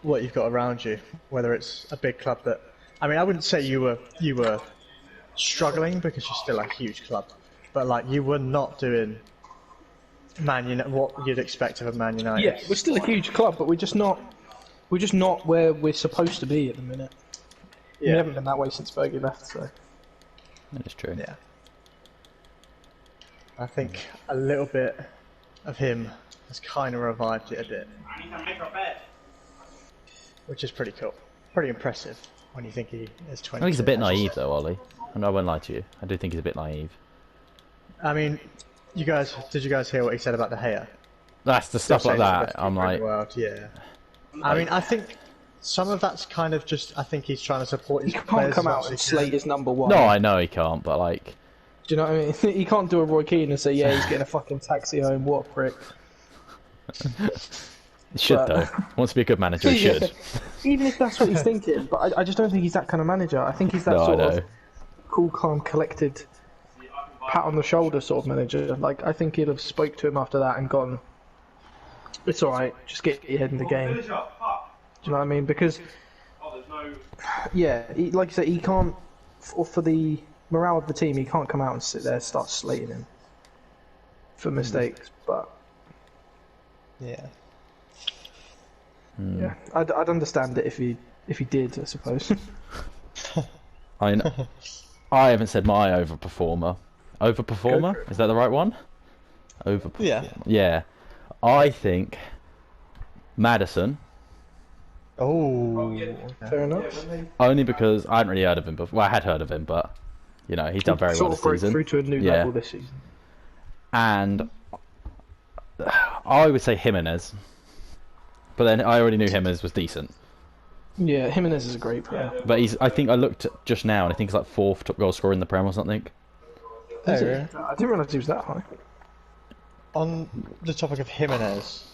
Speaker 3: what you've got around you, whether it's a big club that. I mean, I wouldn't say you were you were struggling because you're still a huge club, but like you were not doing Man United what you'd expect of a Man United.
Speaker 2: Yeah, we're still a huge club, but we're just not we're just not where we're supposed to be at the minute. We haven't been that way since Fergie left, so
Speaker 1: That is true.
Speaker 3: Yeah. I think a little bit of him has kind of revived it a bit,
Speaker 4: I need to make a bed.
Speaker 3: which is pretty cool, pretty impressive when you think he is 20.
Speaker 1: I think he's a bit naive, though, Ollie. And I won't lie to you. I do think he's a bit naive.
Speaker 3: I mean, you guys, did you guys hear what he said about the Gea?
Speaker 1: That's the stuff like
Speaker 3: saying he's the
Speaker 1: that.
Speaker 3: best
Speaker 1: I'm
Speaker 3: keeper in
Speaker 1: like,
Speaker 3: the world, yeah. I mean, I think some of that's kind of just. I think he's trying to support his
Speaker 2: he can't
Speaker 3: players
Speaker 2: come
Speaker 3: as
Speaker 2: out
Speaker 3: much
Speaker 2: and
Speaker 3: as he can.
Speaker 2: slate his number one.
Speaker 1: no, I know he can't, but like,
Speaker 2: Do you know what I mean? <laughs> he can't do a Roy Keane and say, "Yeah, he's getting a fucking taxi home." What a prick!
Speaker 1: he should
Speaker 2: But-
Speaker 1: though. Wants to be a good manager,
Speaker 3: <laughs>
Speaker 1: he should.
Speaker 2: Even if that's what he's thinking, but I, I just don't think he's that kind of manager. I think he's that
Speaker 1: No, I
Speaker 2: sort
Speaker 1: know.
Speaker 2: of cool, calm, collected pat on the shoulder sort of manager. Like I think he'd have spoke to him after that and gone, "It's all right, just get your head in the game." Do
Speaker 4: Finish up. Fuck.
Speaker 2: you know what I mean? Because
Speaker 4: Oh, there's no.
Speaker 2: yeah, he, like you said, he can't for, for the morale of the team. He can't come out and sit there and start slating him for mistakes. But
Speaker 3: Yeah.
Speaker 1: Hmm.
Speaker 2: yeah, I'd, I'd understand it if he if he did, I suppose. <laughs>
Speaker 1: I mean, I haven't said my overperformer.
Speaker 2: Go for
Speaker 1: Overperformer? Is that the right one? Overperformer.
Speaker 3: Yeah.
Speaker 1: Yeah. I think Madison,
Speaker 3: Oh.
Speaker 4: yeah.
Speaker 3: okay.
Speaker 2: Fair enough.
Speaker 4: Yeah, when they
Speaker 1: only because I hadn't really heard of him before. Well, I had heard of him, but, you know, he's done very well
Speaker 2: sort
Speaker 1: this
Speaker 2: of broke
Speaker 1: season.
Speaker 2: through to a new
Speaker 1: Yeah.
Speaker 2: level this season.
Speaker 1: and I would say Jimenez. But then I already knew Jimenez was decent.
Speaker 2: Yeah, Jimenez is a great player.
Speaker 1: But he's, I think I looked just now, and I think he's like fourth top goal scorer in the Prem or something.
Speaker 3: Oh,
Speaker 2: Is he?
Speaker 3: really?
Speaker 2: I didn't realise he was that high.
Speaker 3: On the topic of Jimenez,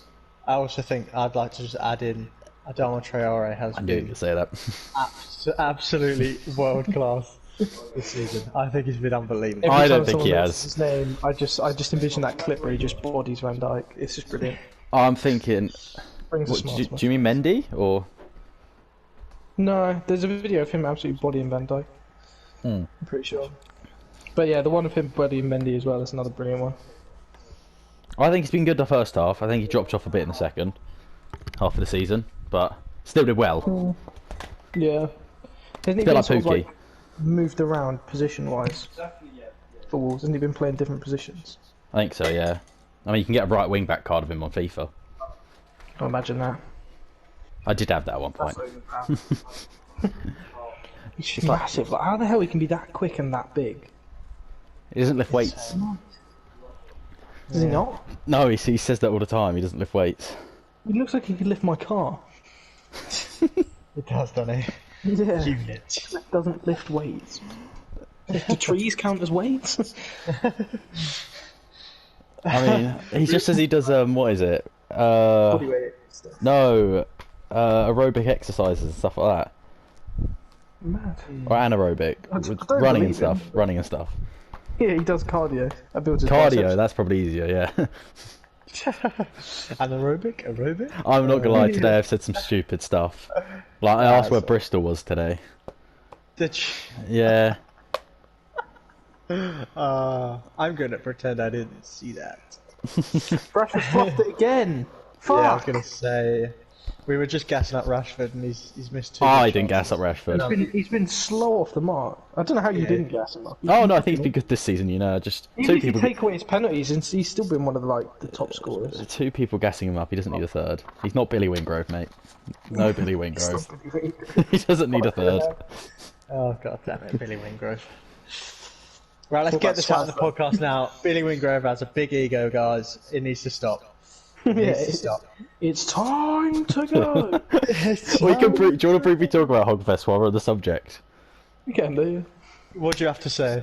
Speaker 3: I also think I'd like to just add in Adama Traore has
Speaker 1: I knew you
Speaker 3: been
Speaker 1: would say that. <laughs>
Speaker 3: abs- absolutely world class this season. I think he's been unbelievable.
Speaker 1: I
Speaker 2: Every
Speaker 1: don't
Speaker 2: time
Speaker 1: think
Speaker 2: someone
Speaker 1: he
Speaker 2: mentions
Speaker 1: has.
Speaker 2: His name, I just, I just envision that clip where he just bodies Van Dyke. It's just brilliant.
Speaker 1: I'm thinking,
Speaker 2: Brings a
Speaker 1: what,
Speaker 2: smile
Speaker 1: do,
Speaker 2: to my
Speaker 1: do you mean Mendy or
Speaker 2: No, there's a video of him absolutely bodying Van Dyke.
Speaker 1: Hmm.
Speaker 2: I'm pretty sure. But yeah, the one of him bodying Mendy as well is another brilliant one.
Speaker 1: I think he's been good the first half. I think he dropped off a bit in the second half of the season, but still did well.
Speaker 2: Yeah. Hasn't he
Speaker 1: Still
Speaker 2: been
Speaker 1: like
Speaker 2: sort of,
Speaker 1: Pookie.
Speaker 2: Hmm. like, moved around position wise
Speaker 4: definitely yeah. yeah.
Speaker 2: for Wolves? Hasn't he been playing different positions?
Speaker 1: I think so, yeah. I mean, you can get a right wing back card of him on FIFA.
Speaker 2: I imagine that.
Speaker 1: I did have that at one point.
Speaker 4: So the Browns-
Speaker 2: He's massive. Like, how the hell he can be that quick and that big?
Speaker 1: He doesn't lift weights.
Speaker 2: Does he not?
Speaker 1: No, he, he says that all the time. He doesn't lift weights.
Speaker 2: He looks like he could lift my car.
Speaker 1: <laughs>
Speaker 3: It does, doesn't he?
Speaker 2: Yeah.
Speaker 3: Unit.
Speaker 2: doesn't
Speaker 1: <laughs>
Speaker 2: lift weights. Do trees count as weights?
Speaker 1: Uh. I
Speaker 2: <laughs>
Speaker 1: mean, he just says he does um, what is it? Uh,
Speaker 2: Body weight stuff.
Speaker 1: no, uh, aerobic exercises and stuff like that,
Speaker 2: Mad.
Speaker 1: or anaerobic,
Speaker 2: I d- Hmm. I
Speaker 1: with
Speaker 2: don't
Speaker 1: running and
Speaker 2: believe him.
Speaker 1: stuff, running and stuff.
Speaker 2: Yeah, he does cardio. That builds his
Speaker 1: Cardio,
Speaker 2: biceps.
Speaker 1: that's probably easier. Yeah, <laughs>
Speaker 3: Anaerobic? Aerobic?
Speaker 1: I'm not gonna lie. Today I've said some stupid stuff. Like I asked where Bristol was today.
Speaker 3: Did you-
Speaker 1: Yeah,
Speaker 3: Uh, I'm going to pretend I didn't see that.
Speaker 2: Rashford
Speaker 1: <laughs>
Speaker 2: fluffed it again. Fuck.
Speaker 3: Yeah, I was going to say. We were just gassing up Rashford and he's, he's missed two.
Speaker 1: I
Speaker 3: good
Speaker 1: didn't
Speaker 3: chances.
Speaker 1: gas up Rashford.
Speaker 2: He's been, he's been slow off the mark. I don't know how you
Speaker 3: Yeah.
Speaker 2: didn't gas him up.
Speaker 1: Oh no, I think he's been good this season. You know, just
Speaker 2: Even
Speaker 1: two
Speaker 2: if you
Speaker 1: people,
Speaker 2: take away his penalties, and he's still been one of the, like the top scorers.
Speaker 1: two people gassing him up. He doesn't need a third. He's not Billy Wingrove, mate. No Billy
Speaker 2: <laughs>
Speaker 1: Wingrove. <laughs> he doesn't need a third.
Speaker 3: Oh, god damn it, Billy Wingrove. Right, let's
Speaker 2: What
Speaker 3: get
Speaker 2: about
Speaker 3: this out of the
Speaker 2: Swansea?
Speaker 3: podcast <laughs> now. Billy Wingrove has a big ego, guys. It needs to <laughs> stop. It
Speaker 2: Yeah,
Speaker 3: needs to
Speaker 2: it-
Speaker 3: stop.
Speaker 2: It's time to go.
Speaker 1: <laughs> We can. Br- do you want to briefly talk about Hogfest while we're on the subject?
Speaker 2: you can do.
Speaker 3: What do you have to say?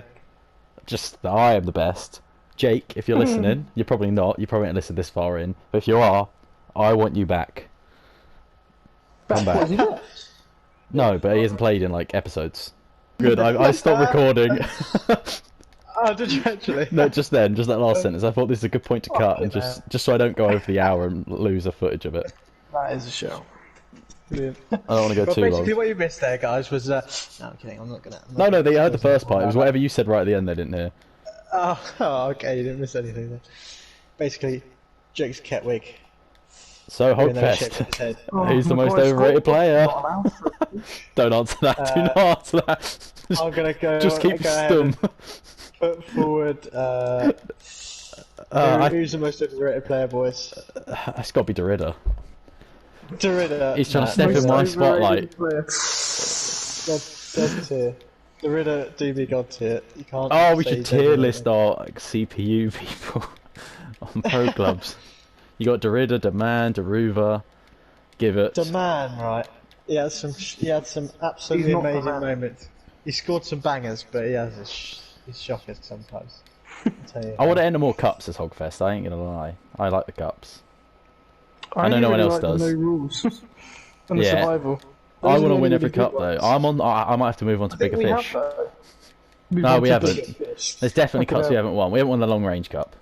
Speaker 1: Just that I am the best. Jake, if you're listening, you're probably not. You probably ain't listened this far in. But if you are, I want you back.
Speaker 2: Come
Speaker 1: back.
Speaker 2: back.
Speaker 1: No, but he hasn't played in like episodes. Good. I, I
Speaker 3: <laughs>
Speaker 1: stopped recording. <laughs>
Speaker 3: Oh, did you actually?
Speaker 1: no, just then, just that last sentence. I thought this is a good point to cut, and just just so I don't go over the hour and lose the footage of it.
Speaker 2: That is a show.
Speaker 3: <laughs> Brilliant.
Speaker 1: I don't want to go
Speaker 3: Well,
Speaker 1: too
Speaker 3: basically,
Speaker 1: long.
Speaker 3: what you missed there, guys, was. Uh... No, I'm kidding. I'm not gonna. I'm
Speaker 1: No,
Speaker 3: not
Speaker 1: no, they heard the
Speaker 3: gonna-
Speaker 1: first part. It was whatever you said right at the end. They didn't hear.
Speaker 3: Oh, <laughs> oh, okay. You didn't miss anything there. Basically, Jake's Ketwig.
Speaker 1: So
Speaker 3: doing that shit
Speaker 1: Hogfest.
Speaker 3: with <laughs> his head.
Speaker 1: <laughs>
Speaker 2: Oh.
Speaker 1: Who's the most overrated <laughs> player? <laughs> Don't answer that. Do not answer that. <laughs> Just,
Speaker 3: I'm gonna Uh, go.
Speaker 1: just keep
Speaker 3: go ahead and
Speaker 1: stum.
Speaker 3: Put forward. Uh,
Speaker 1: Uh, I-
Speaker 3: who- who's the most overrated player, boys?
Speaker 1: <laughs> It's got to be Derrida.
Speaker 3: Derrida.
Speaker 1: He's trying to step in my spotlight.
Speaker 3: God, God tier. Derrida, do be God tier. You can't.
Speaker 1: Oh, we
Speaker 3: say
Speaker 1: should
Speaker 3: he's
Speaker 1: tier
Speaker 3: overrated.
Speaker 1: list our CPU <laughs> people on pro clubs. You got Derrida, Demand, Deruva, Givett.
Speaker 3: The man, right? He had some. He had some absolutely
Speaker 2: He's not the
Speaker 3: amazing
Speaker 2: man.
Speaker 3: moments. He scored some bangers, but he has his, sh- his shockers sometimes. I tell you.
Speaker 1: I want to enter more cups as Hogfest. I ain't gonna lie. I like the cups.
Speaker 2: I
Speaker 1: know no one
Speaker 2: really
Speaker 1: else
Speaker 2: like the
Speaker 1: does.
Speaker 2: No rules. <laughs> and the
Speaker 1: Yeah.
Speaker 2: survival.
Speaker 1: I
Speaker 2: Those are
Speaker 1: want to
Speaker 2: the
Speaker 1: win
Speaker 2: really
Speaker 1: every
Speaker 2: good
Speaker 1: cup
Speaker 2: ones.
Speaker 1: though. I'm on. I, I might have to move on to
Speaker 2: I think
Speaker 1: bigger
Speaker 2: we uh,
Speaker 1: fish.
Speaker 2: have, though. Move
Speaker 1: No,
Speaker 2: on
Speaker 1: we
Speaker 2: to
Speaker 1: haven't.
Speaker 2: this.
Speaker 1: There's definitely
Speaker 2: Fucking
Speaker 1: cups we
Speaker 2: hell.
Speaker 1: haven't won. We haven't won the long range cup.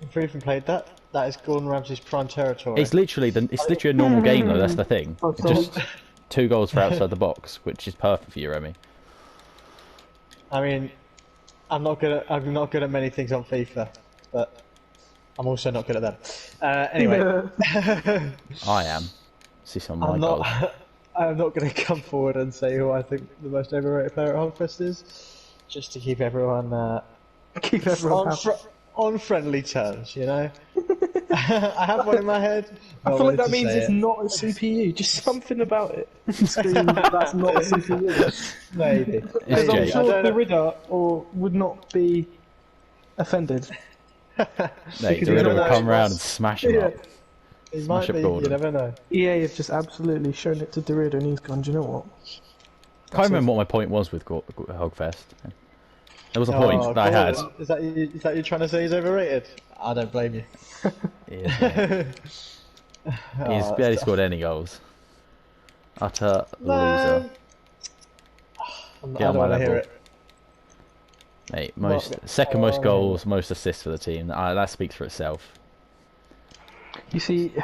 Speaker 3: If we even played that, that is Gordon Ramsay's prime territory.
Speaker 1: It's literally the, it's literally a normal game though. That's the thing.
Speaker 2: Oh,
Speaker 1: It's just two goals for outside the box, which is perfect for you, Remy.
Speaker 3: I mean, I'm not good. At, I'm not good at many things on FIFA, but I'm also not good at them. Uh, anyway,
Speaker 1: <laughs> I am. See some my
Speaker 3: <laughs> I'm <laughs>
Speaker 1: goals.
Speaker 3: not. I'm not going to come forward and say who I think the most overrated player at Hogfest is, just to keep everyone uh,
Speaker 2: <laughs> Keep everyone
Speaker 3: on,
Speaker 2: happy.
Speaker 3: fr- on friendly terms. You know, <laughs> I have one in my head.
Speaker 2: <laughs> I
Speaker 3: not
Speaker 2: feel like
Speaker 3: willing
Speaker 2: that
Speaker 3: to
Speaker 2: means
Speaker 3: say
Speaker 2: it's
Speaker 3: it.
Speaker 2: not a CPU. Just something about <laughs> it. Scream, that's not a <laughs> CPU.
Speaker 3: maybe.
Speaker 1: It's
Speaker 2: Because I'm
Speaker 1: Jake.
Speaker 3: I
Speaker 2: sure
Speaker 3: don't
Speaker 2: the
Speaker 3: know.
Speaker 2: reader or would not be offended.
Speaker 1: Mate,
Speaker 3: because
Speaker 1: the
Speaker 3: you
Speaker 1: riddle
Speaker 3: don't
Speaker 1: will
Speaker 3: know
Speaker 1: come
Speaker 3: what's-
Speaker 1: round and smash him
Speaker 2: Yeah.
Speaker 1: up.
Speaker 3: It
Speaker 1: Smash
Speaker 3: might
Speaker 1: up
Speaker 3: be. You
Speaker 1: Gordon.
Speaker 3: never know.
Speaker 2: EA have E just absolutely shown it to Dorito and he's gone, do you know what?
Speaker 1: Can't remember what my point was with Go- Go- Hogfest. There was a
Speaker 3: Oh,
Speaker 1: point that I had.
Speaker 3: Gordon, Is that you, is that you trying to say he's overrated? I don't blame you.
Speaker 1: He is, mate. He's
Speaker 3: that's
Speaker 1: barely scored any goals. Utter loser,
Speaker 3: Man. I'm-
Speaker 1: Get
Speaker 3: I
Speaker 1: on
Speaker 3: don't
Speaker 1: my
Speaker 3: want to hear
Speaker 1: level.
Speaker 3: it.
Speaker 1: mate. Most
Speaker 3: Well,
Speaker 1: second most
Speaker 3: oh.
Speaker 1: goals, most assists for the team. Ah, that speaks for itself.
Speaker 2: You see, <sighs>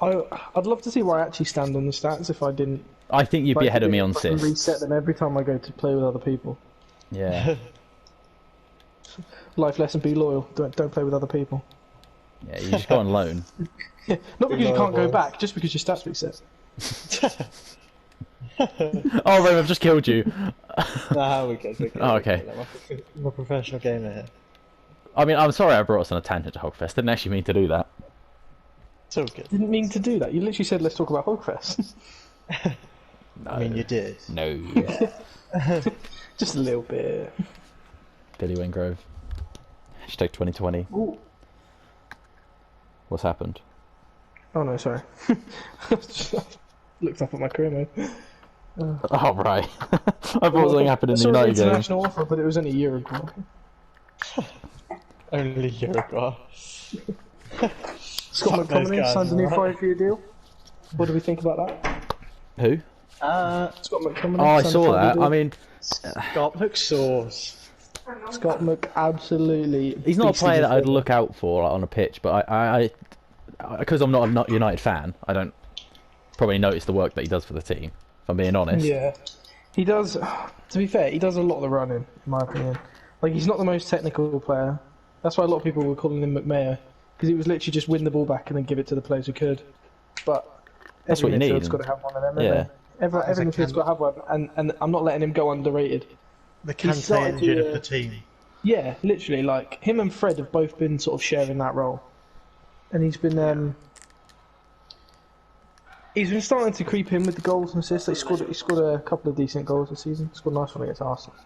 Speaker 2: I, I'd love to see where I actually stand on the stats if I didn't.
Speaker 1: I think you'd be
Speaker 2: like,
Speaker 1: ahead of me on
Speaker 2: I can
Speaker 1: assists.
Speaker 2: reset them every time I go to play with other people.
Speaker 1: Yeah,
Speaker 2: Life lesson be loyal, don't, don't play with other people.
Speaker 1: yeah. You just go on loan.
Speaker 2: Not because you can't go
Speaker 3: loyal.
Speaker 2: back, just because your stats reset.
Speaker 1: Oh, Rome, I've just killed you.
Speaker 3: <laughs> Nah, we good. We good.
Speaker 1: Oh,
Speaker 3: we
Speaker 1: okay.
Speaker 3: good. I'm a prof- I'm a professional gamer here.
Speaker 1: I mean, I'm sorry I brought us on a tangent to Hogfest. Didn't actually mean to do that.
Speaker 3: It's all good.
Speaker 2: Didn't mean to do that. You literally said, let's talk about Hogfest. <laughs>
Speaker 1: No.
Speaker 3: I mean, you did.
Speaker 1: No.
Speaker 2: just a little bit.
Speaker 1: Billy Wingrove. Hashtag 2020.
Speaker 2: Ooh.
Speaker 1: What's happened?
Speaker 2: Oh
Speaker 1: <laughs>
Speaker 2: no, sorry. <laughs> Looked up at my career mode.
Speaker 1: <laughs> Oh, right. I thought something happened in the United game.
Speaker 2: international offer, but it was only a year ago.
Speaker 3: Only Uruguay.
Speaker 2: Scott
Speaker 3: Fuck those
Speaker 2: McTominay
Speaker 3: guys,
Speaker 2: signs a new
Speaker 3: alright.
Speaker 2: five-year deal. What do we think about that?
Speaker 1: Who?
Speaker 3: Uh,
Speaker 2: Scott McTominay.
Speaker 1: Oh, I
Speaker 2: signed a
Speaker 1: saw
Speaker 2: five-year
Speaker 1: that.
Speaker 2: deal.
Speaker 1: I mean,
Speaker 3: Scott McSauce.
Speaker 2: Scott Mc absolutely.
Speaker 1: he's not a
Speaker 2: beasted
Speaker 1: player that
Speaker 2: his
Speaker 1: I'd look out for like, on a pitch, but I, I, because I'm not a not United fan, I don't probably notice the work that he does for the team. If I'm being honest.
Speaker 2: Yeah, he does. To be fair, he does a lot of the running, in my opinion. Like he's not the most technical player. That's why a lot of people were calling him McMayer because he was literally just win the ball back and then give it to the players who could. But
Speaker 1: That's what
Speaker 2: every
Speaker 1: you need,
Speaker 2: midfield's got to have one of them. haven't
Speaker 1: yeah.
Speaker 2: they? Every, every
Speaker 3: That's a
Speaker 2: midfield's got to have one, and and I'm not letting him go underrated.
Speaker 3: The
Speaker 2: started
Speaker 3: Kante
Speaker 2: to,
Speaker 3: engine
Speaker 2: uh,
Speaker 3: of the team.
Speaker 2: Yeah, literally, like him and Fred have both been sort of sharing that role, and he's been um, he's been starting to creep in with the goals and assists. He scored he scored a couple of decent goals this season. Scored a nice one against Arsenal,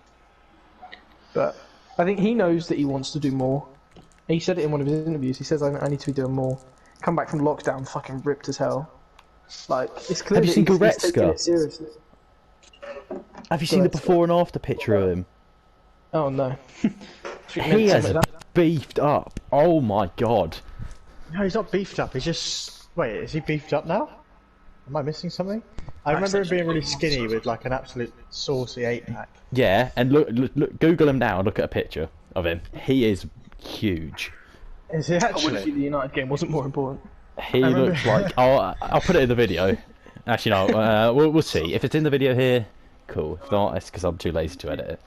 Speaker 2: but I think he knows that he wants to do more. He said it in one of his interviews. He says, "I, I need to be doing more." Come back from lockdown, fucking ripped as hell. Like it's clear
Speaker 1: Have you seen
Speaker 2: that he's, he's taking
Speaker 1: Goretzka?
Speaker 2: it seriously.
Speaker 1: Have you seen the before and after picture of him?
Speaker 2: Oh
Speaker 1: <laughs>
Speaker 2: no,
Speaker 1: He has beefed up. Oh my god.
Speaker 3: No, he's not beefed up. He's just. Wait, is he beefed up now? Am I missing something? I remember him being really skinny with like an absolute saucy eight pack.
Speaker 1: Yeah, and look, look, look Google him now and look at a picture of him. He is huge.
Speaker 3: Is he
Speaker 2: I wouldn't
Speaker 3: actually?
Speaker 2: the United game wasn't more important.
Speaker 1: He
Speaker 3: remember-
Speaker 1: looks
Speaker 2: <laughs>
Speaker 1: like. I'll, I'll put it in the video. Actually, no. Uh, we'll, we'll see. If it's in the video here, cool. If not, it's because I'm too lazy to edit it.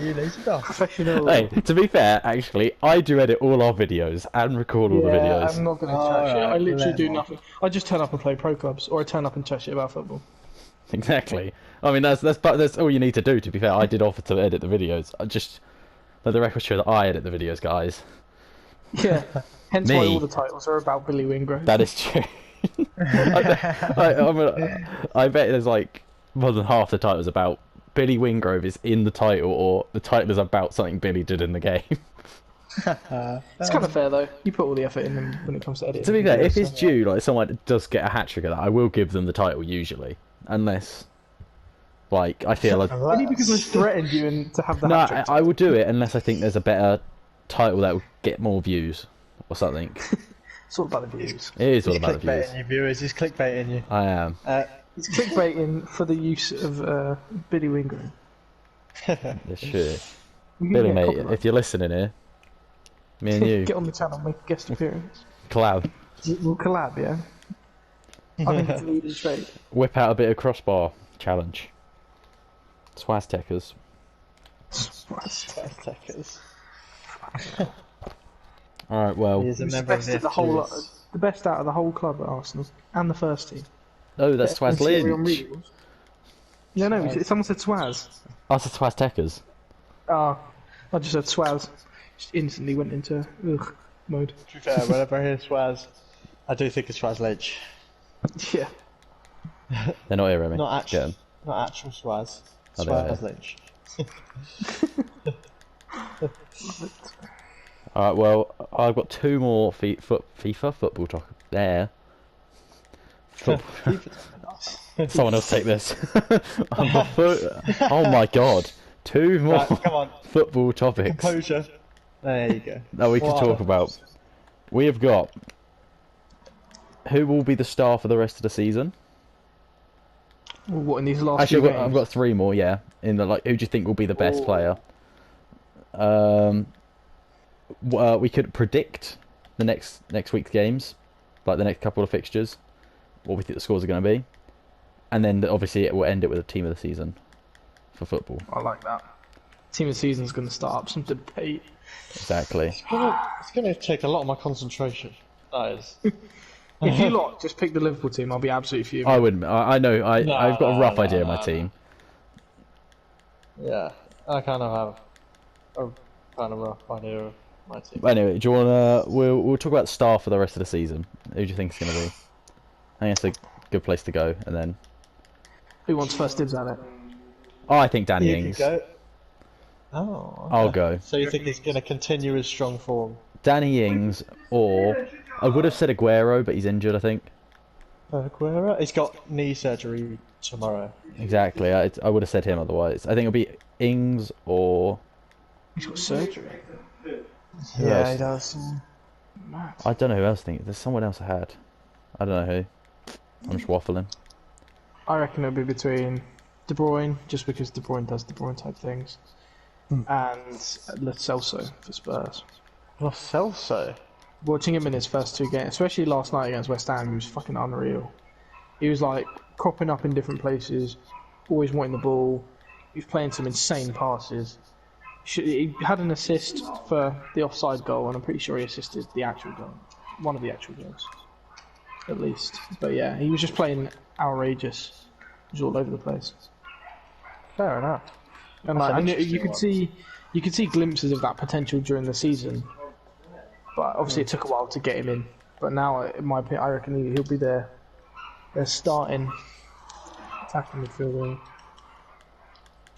Speaker 3: You lazy bastard.
Speaker 2: Professional.
Speaker 1: Hey, to be fair, actually, I do edit all our videos and record all the
Speaker 2: Oh, Yeah,
Speaker 1: videos.
Speaker 2: I'm not going to
Speaker 3: All
Speaker 2: chat shit. I
Speaker 3: right,
Speaker 2: literally do
Speaker 3: then.
Speaker 2: nothing. I just turn up and play pro clubs, or I turn up and chat shit about football.
Speaker 1: Exactly. I mean, that's that's but that's all you need to do. To be fair, I did offer to edit the videos. I just let the record show that I edit the videos, guys. <laughs>
Speaker 2: Yeah. <laughs> Hence why
Speaker 1: Me.
Speaker 2: all the titles are about Billy Wingrove.
Speaker 1: That is true. <laughs> I, I, I'm a, I bet there's like more than half the titles about Billy Wingrove is in the title, or the title is about something Billy did in the game.
Speaker 2: it's kind of fair though. You put all the effort in them when it comes to editing.
Speaker 1: to be fair, if
Speaker 2: videos,
Speaker 1: it's due, like someone does get a hat trick of that, I will give them the title usually, unless, like, I feel
Speaker 3: <laughs>
Speaker 1: like
Speaker 2: so- only because I threatened you and to have that.
Speaker 1: no, I,
Speaker 2: hat-trick.
Speaker 1: I will do it unless I think there's a better title that will get more views or something.
Speaker 2: it's all about the views.
Speaker 1: It is all
Speaker 3: He's <laughs>
Speaker 1: about the views.
Speaker 3: clickbaiting you, viewers. He's clickbaiting you.
Speaker 1: I am.
Speaker 3: Uh,
Speaker 2: He's clickbaiting for the use of uh, Billy Wingram.
Speaker 1: This shit.
Speaker 2: We can
Speaker 1: Billy,
Speaker 2: get
Speaker 1: mate,
Speaker 2: copyright.
Speaker 1: if you're listening here, me
Speaker 2: <laughs>
Speaker 1: and you,
Speaker 2: get on the channel, make a guest appearance.
Speaker 1: collab,
Speaker 2: We'll collab, yeah. I think it's a leading <laughs> trade.
Speaker 1: whip out a bit of crossbar challenge. Swaztekers.
Speaker 3: Aztecas.
Speaker 1: All right, well,
Speaker 3: He is a
Speaker 2: He's
Speaker 3: member of
Speaker 2: best
Speaker 3: the,
Speaker 2: of the whole lot,
Speaker 3: FTs.
Speaker 2: the best out of the whole club at Arsenal and the first team.
Speaker 1: oh, that's Swaz
Speaker 2: And Thierry Henry
Speaker 1: Lynch.
Speaker 2: was. No, no, it's- someone said Swaz.
Speaker 1: Oh, That's the Swaztekers.
Speaker 2: Ah, I just said Swaz. Just instantly went into ugh mode. <laughs>
Speaker 3: To be <laughs> fair, whenever I hear Swaz, I do think it's Swaz Lynch.
Speaker 2: Yeah.
Speaker 1: They're not here, Remy.
Speaker 3: Not
Speaker 1: Get
Speaker 3: actual,
Speaker 1: 'em.
Speaker 3: not actual Swaz.
Speaker 1: Oh, they
Speaker 3: Swaz
Speaker 1: are.
Speaker 3: Lynch.
Speaker 1: All right, well, I've got two more fi- foot- FIFA football talk there. Foot- Someone else take this. <laughs> I'm not foot- oh my god, two more <laughs>
Speaker 3: Right, come on,
Speaker 1: football topics
Speaker 3: composure. There you go.
Speaker 1: that we can
Speaker 3: What
Speaker 1: talk
Speaker 3: other-
Speaker 1: about. We have got who will be the star for the rest of the season.
Speaker 2: Well, what in these last?
Speaker 1: Actually,
Speaker 2: few
Speaker 1: I've got, I've
Speaker 2: games?
Speaker 1: got three more. Yeah, in the like, who do you think will be the best
Speaker 3: Ooh.
Speaker 1: player? Um, w- uh, we could predict the next next week's games, like the next couple of fixtures, what we think the scores are going to be, and then obviously it will end it with a team of the season for football.
Speaker 2: I like that. Team of the season's going to start up some debate.
Speaker 1: Exactly.
Speaker 3: It's gonna, it's gonna take a lot of my concentration. That <laughs> is.
Speaker 1: <laughs>
Speaker 2: If you lot just pick the Liverpool team, I'll be absolutely fuming.
Speaker 1: I wouldn't. I, I know. I
Speaker 3: No,
Speaker 1: I've got a
Speaker 3: no,
Speaker 1: rough
Speaker 3: no,
Speaker 1: idea of
Speaker 3: no,
Speaker 1: my
Speaker 3: no.
Speaker 1: team.
Speaker 3: <laughs> Yeah, I kind of have a kind of rough idea of my team.
Speaker 1: But anyway, do you wanna? We'll we'll talk about star for the rest of the season. Who do you think's going to be? I think it's a good place to go, and then
Speaker 2: Who wants first dibs at it?
Speaker 1: oh, I think Danny
Speaker 3: You could
Speaker 1: Ings.
Speaker 3: go. Oh.
Speaker 1: I'll
Speaker 3: okay.
Speaker 1: go.
Speaker 3: So you think he's going to continue his strong form?
Speaker 1: Danny Ings or I would have
Speaker 4: <laughs>
Speaker 1: said Aguero, but he's injured. I think
Speaker 3: Aguero? He's got knee surgery tomorrow.
Speaker 1: exactly. I, I would have said him otherwise. I think it'll be Ings or
Speaker 2: He's got surgery.
Speaker 1: who else?
Speaker 3: does.
Speaker 2: Mad.
Speaker 1: I don't know who else. I think there's someone else I had. I don't know who. I'm just waffling.
Speaker 2: I reckon it'll be between De Bruyne, just because De Bruyne does De Bruyne type things, and Lo Celso for Spurs.
Speaker 3: Lo Celso?
Speaker 2: Watching him in his first two games, especially last night against West Ham, he was fucking unreal. He was like cropping up in different places, always wanting the ball. He was playing some insane passes. Sh- He had an assist for the offside goal, and I'm pretty sure he assisted the actual goal, one of the actual goals, at least. But yeah, he was just playing outrageous. He was all over the place.
Speaker 3: Fair enough.
Speaker 2: And
Speaker 3: That's
Speaker 2: like,
Speaker 3: an
Speaker 2: I knew,
Speaker 3: interesting
Speaker 2: you could
Speaker 3: one.
Speaker 2: see you could see glimpses of that potential during the season, but obviously it took a while to get him in. But now, in my opinion, I reckon he- he'll be their their starting attacking midfielder.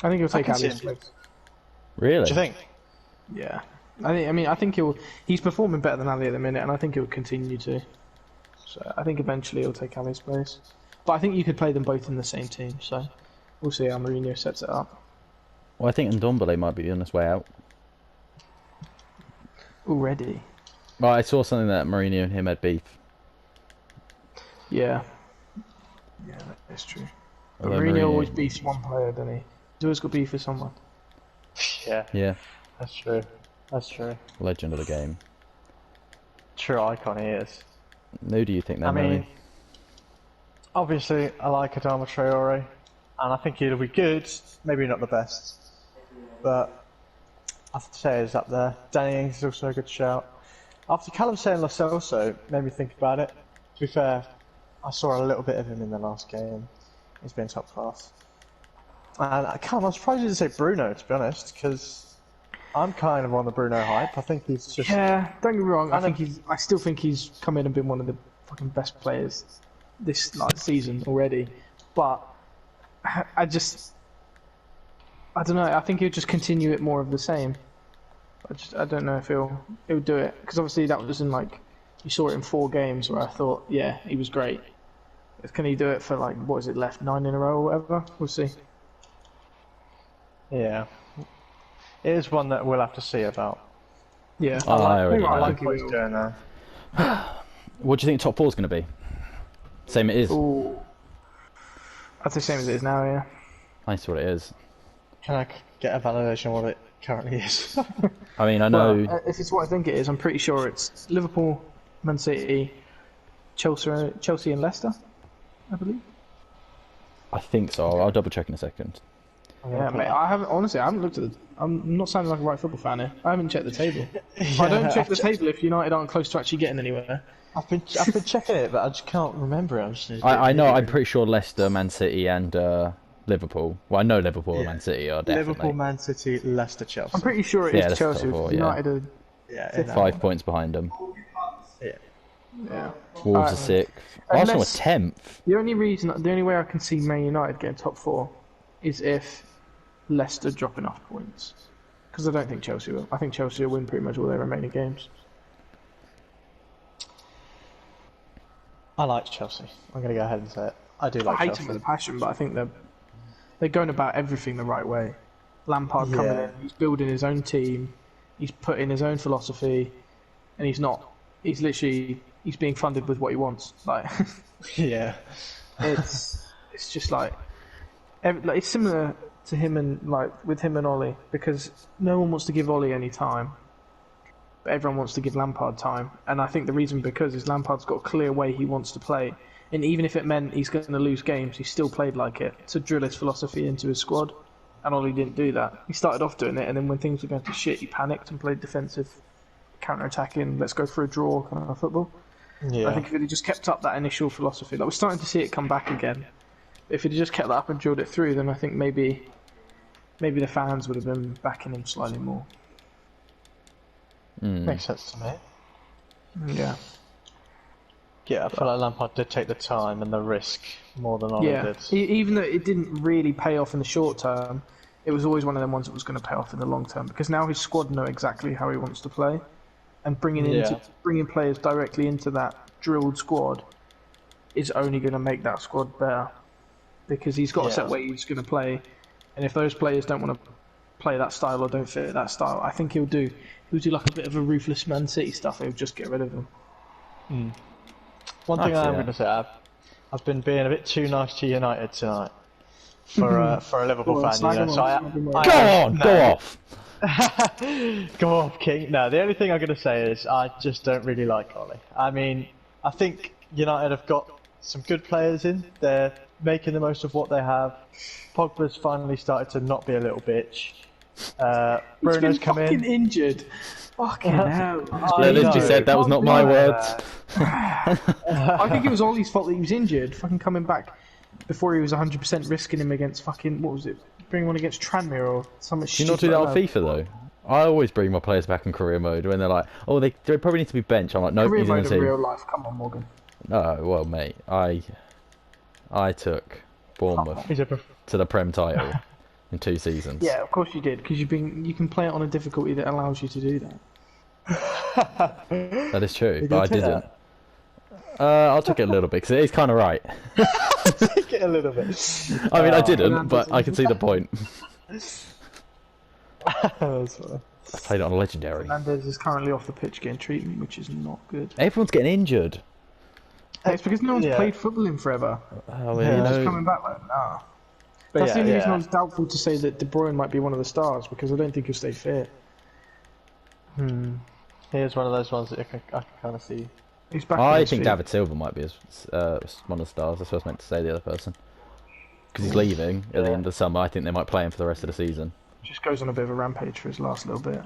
Speaker 2: I think he'll take
Speaker 3: can see
Speaker 2: Ali's
Speaker 3: him.
Speaker 2: place.
Speaker 1: Really?
Speaker 3: What do you think?
Speaker 2: Yeah, I think. I mean, I think he'll he's performing better than Ali at the minute, and I think he'll continue to. So I think eventually he'll take Ali's place. But I think you could play them both in the same team. So we'll see how Mourinho sets it up.
Speaker 1: Well, I think Ndombele might be on his way out.
Speaker 2: Already.
Speaker 1: Well, Oh, I saw something that Mourinho and him had beef.
Speaker 2: Yeah. Yeah, that's true. But
Speaker 1: Although
Speaker 2: Mourinho always beats one player, doesn't he? He's always got beef with someone.
Speaker 3: Yeah,
Speaker 1: Yeah,
Speaker 3: that's true. That's true.
Speaker 1: legend of the game.
Speaker 3: True icon he is.
Speaker 1: Who do you think
Speaker 3: I
Speaker 1: then?
Speaker 3: mean,
Speaker 1: Remy?
Speaker 3: obviously, I like Adama Traore, and I think he'll be good. Maybe not the best, but I have to say he's up there. Danny Ings is also a good shout. After Callum saying Lo Celso, made me think about it. To be fair, I saw a little bit of him in the last game. He's been top class. And I can't, I'm surprised you didn't say Bruno, to be honest, because I'm kind of on the Bruno hype. I think he's just.
Speaker 2: Yeah, don't get me wrong. I
Speaker 3: And
Speaker 2: think he's. I still think he's come in and been one of the fucking best players this like season already. But I- I just, I don't know. I think he'll just continue it more of the same. I just, I don't know if he'll he'll do it because obviously that was in like you saw it in four games where I thought, yeah, he was great. Can he do it for like what is it left nine in a row or whatever? We'll see.
Speaker 3: yeah. It is one that we'll have to see about.
Speaker 2: Yeah.
Speaker 1: Oh, I already
Speaker 2: I
Speaker 1: know.
Speaker 2: like
Speaker 3: What he's
Speaker 2: it.
Speaker 3: doing there.
Speaker 1: What do you think top four is going to be? Same it is.
Speaker 2: Ooh. That's the same as it is now, yeah.
Speaker 1: That's what it is.
Speaker 3: Can I c- get a validation of what it currently is?
Speaker 1: I mean, I know.
Speaker 2: Well, uh, if it's what I think it is, I'm pretty sure it's Liverpool, Man City, Chelsea, Chelsea and Leicester, I believe.
Speaker 1: I think so. I'll double check in a second.
Speaker 2: <laughs> Yeah, mate.
Speaker 3: <laughs>
Speaker 2: I haven't honestly. I haven't looked at. The, I'm not sounding like a right football fan here. I haven't checked
Speaker 1: <laughs>
Speaker 2: the table. I don't check the table if United aren't close to actually getting anywhere.
Speaker 3: I've been I've been checking it, but I just can't remember. it. I'm just
Speaker 1: I, I know. I'm pretty sure Leicester, Man City, and uh, Liverpool. Well, I know Liverpool and
Speaker 3: Yeah.
Speaker 1: Man City are definitely
Speaker 3: Liverpool, Man City, Leicester, Chelsea.
Speaker 2: I'm pretty sure it
Speaker 1: Yeah,
Speaker 2: is
Speaker 1: that's
Speaker 2: Chelsea.
Speaker 1: top four, yeah.
Speaker 2: United are.
Speaker 3: yeah, in that
Speaker 1: five
Speaker 3: one.
Speaker 1: points behind them.
Speaker 3: Yeah.
Speaker 2: Yeah.
Speaker 1: Wolves
Speaker 2: Alright.
Speaker 1: are sixth.
Speaker 2: Unless-
Speaker 1: Arsenal are tenth.
Speaker 2: The only reason, the only way I can see Man United getting top four is if Leicester drop enough points. Because I don't think Chelsea will. I think Chelsea will win pretty much all their remaining games.
Speaker 3: I like Chelsea. I'm gonna go ahead and say it. I do
Speaker 2: I
Speaker 3: like
Speaker 2: hate
Speaker 3: Chelsea.
Speaker 2: them with a passion, but I think they're they're going about everything the right way. Lampard coming
Speaker 3: Yeah.
Speaker 2: in, he's building his own team, he's putting his own philosophy, and he's not. He's literally he's being funded with what he wants. Like
Speaker 3: <laughs> Yeah,
Speaker 2: it's it's just like, ev like it's similar to him and like with him and Ollie because no one wants to give Ollie any time, but everyone wants to give Lampard time, and I think the reason because is Lampard's got a clear way he wants to play, and even if it meant he's going to lose games, he still played like it to drill his philosophy into his squad, and Ollie didn't do that. He started off doing it, and then when things were going to shit, he panicked and played defensive, counter-attacking, let's go for a draw kind of football.
Speaker 3: yeah.
Speaker 2: I think if it had just kept up that initial philosophy, like we're starting to see it come back again. If it had just kept that up and drilled it through, then I think maybe, maybe the fans would have been backing him slightly more.
Speaker 1: Hmm.
Speaker 3: makes sense to me.
Speaker 2: Yeah,
Speaker 3: Yeah, I feel like Lampard did take the time and the risk more than Ollie
Speaker 2: yeah.
Speaker 3: did.
Speaker 2: E- even though it didn't really pay off in the short term, it was always one of them ones that was going to pay off in the long term because now his squad know exactly how he wants to play, and bringing into
Speaker 3: Yeah.
Speaker 2: bringing players directly into that drilled squad is only going to make that squad better because he's got a
Speaker 3: Yeah.
Speaker 2: set way he's going to play, and if those players don't want to play that style or don't fit that style, I think he'll do he'll do like a bit of a ruthless Man City stuff. He'll just get rid of them. Ah,
Speaker 3: One thing
Speaker 1: Nice,
Speaker 3: I am
Speaker 1: yeah.
Speaker 3: going to say, I've, I've been being a bit too nice to United tonight for
Speaker 2: <laughs>
Speaker 3: uh, for a Liverpool
Speaker 2: Go on,
Speaker 3: fan. You
Speaker 2: slag
Speaker 3: know,
Speaker 2: him
Speaker 3: so I,
Speaker 2: off, slag him off.
Speaker 3: I-
Speaker 1: Go on,
Speaker 3: no.
Speaker 1: go off.
Speaker 3: <laughs> Go off, King. No, the only thing I'm going to say is I just don't really like Ollie. I mean, I think United have got some good players in. They're making the most of what they have. Pogba's finally started to not be a little bitch. Uh, Bruno's come in. <laughs> Uh-huh.
Speaker 2: injured. Fucking hell.
Speaker 3: I
Speaker 1: Yeah, literally
Speaker 3: know.
Speaker 1: said that was not my words.
Speaker 2: I think it was Ollie's fault that he was injured. Fucking coming back before he was 100% risking him against fucking, what was it? Bring one against Tranmere or something
Speaker 1: Do you not do that on FIFA though? I always bring my players back in career mode when they're like, "Oh, they, they probably need to be bench." I'm like, "No,
Speaker 2: Career
Speaker 1: he's in
Speaker 2: mode
Speaker 1: the
Speaker 2: in
Speaker 1: team."
Speaker 2: real life. Come on, Morgan.
Speaker 1: No, well, mate, I I took
Speaker 2: <laughs>
Speaker 1: Bournemouth
Speaker 3: He's a prof-
Speaker 1: to the Prem title in two seasons.
Speaker 2: Yeah, of course you did, because you've been you can play it on a difficulty that allows you to do that.
Speaker 1: that is true,
Speaker 3: you
Speaker 1: but I
Speaker 3: take
Speaker 1: didn't. Uh, I'll take it a little bit because it is kind of right.
Speaker 3: Get a little bit. <laughs>
Speaker 1: I mean, I
Speaker 2: man,
Speaker 1: didn't, but I can see the point.
Speaker 3: That's funny.
Speaker 1: I <laughs> played it on legendary.
Speaker 2: Fernandez is currently off the pitch getting treatment, which is not good.
Speaker 1: Everyone's getting injured.
Speaker 2: It's because no one's
Speaker 3: Uh, Yeah.
Speaker 2: played football in forever.
Speaker 1: Oh,
Speaker 3: Yeah.
Speaker 1: you
Speaker 2: It's
Speaker 1: know,
Speaker 2: coming back like nah.
Speaker 3: But
Speaker 2: That's
Speaker 3: yeah,
Speaker 2: the only reason
Speaker 3: yeah.
Speaker 2: I was doubtful to say that De Bruyne might be one of the stars because I don't think he'll stay fit.
Speaker 3: He is one of those ones that I can, I can kind of see.
Speaker 2: He's back. on
Speaker 1: I
Speaker 2: his
Speaker 1: think
Speaker 2: feet.
Speaker 1: David Silva might be his, uh, one of the stars. That's what I was meant to say. The other person, because he's leaving at the end of the summer. I think they might play him for the rest of the season.
Speaker 2: just goes on a bit of a rampage for his last little bit.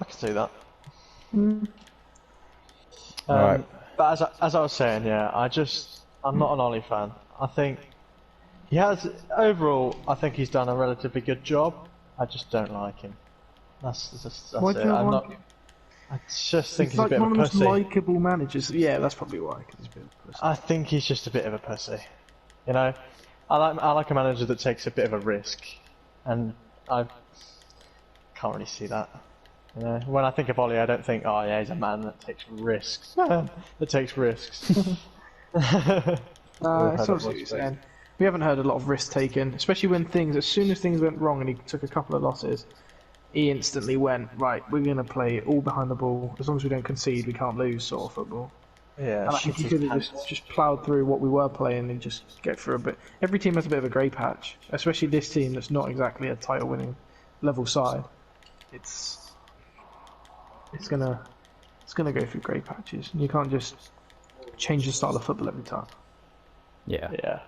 Speaker 3: I can see that. Um,
Speaker 1: All right.
Speaker 3: But as I, as I was saying, yeah, I just I'm not an Ollie fan. I think he has overall. I think he's done a relatively good job. I just don't like him. That's that's, that's
Speaker 2: Why
Speaker 3: it.
Speaker 2: do you not
Speaker 3: I'm
Speaker 2: like
Speaker 3: not. I just think
Speaker 2: He's
Speaker 3: he's,
Speaker 2: like
Speaker 3: a bit
Speaker 2: one
Speaker 3: of
Speaker 2: of
Speaker 3: a
Speaker 2: the most
Speaker 3: pussy.
Speaker 2: likable managers. Yeah, that's probably why. 'cause he's a bit of a pussy.
Speaker 3: I think he's just a bit of a pussy. You know, I like I like a manager that takes a bit of a risk, and I can't really see that. You know, when I think of Ollie, I don't think, oh yeah, he's a man that takes risks. <laughs> that takes risks.
Speaker 2: No,
Speaker 3: We've
Speaker 2: it's
Speaker 3: had a
Speaker 2: obviously what
Speaker 3: lot
Speaker 2: you're
Speaker 3: of
Speaker 2: saying. We haven't heard a lot of risk taken, especially when things, as soon as things went wrong and he took a couple of losses, he instantly went, right, we're going to play all behind the ball. As long as we don't concede, we can't lose, sort of football.
Speaker 3: Yeah,
Speaker 2: And I think he could have just, just ploughed through what we were playing and just go through a bit. Every team has a bit of a grey patch, especially this team that's not exactly a title winning level side. It's it's gonna it's gonna go through grey patches. You can't just change the style of football every time.
Speaker 1: Yeah.
Speaker 3: Yeah.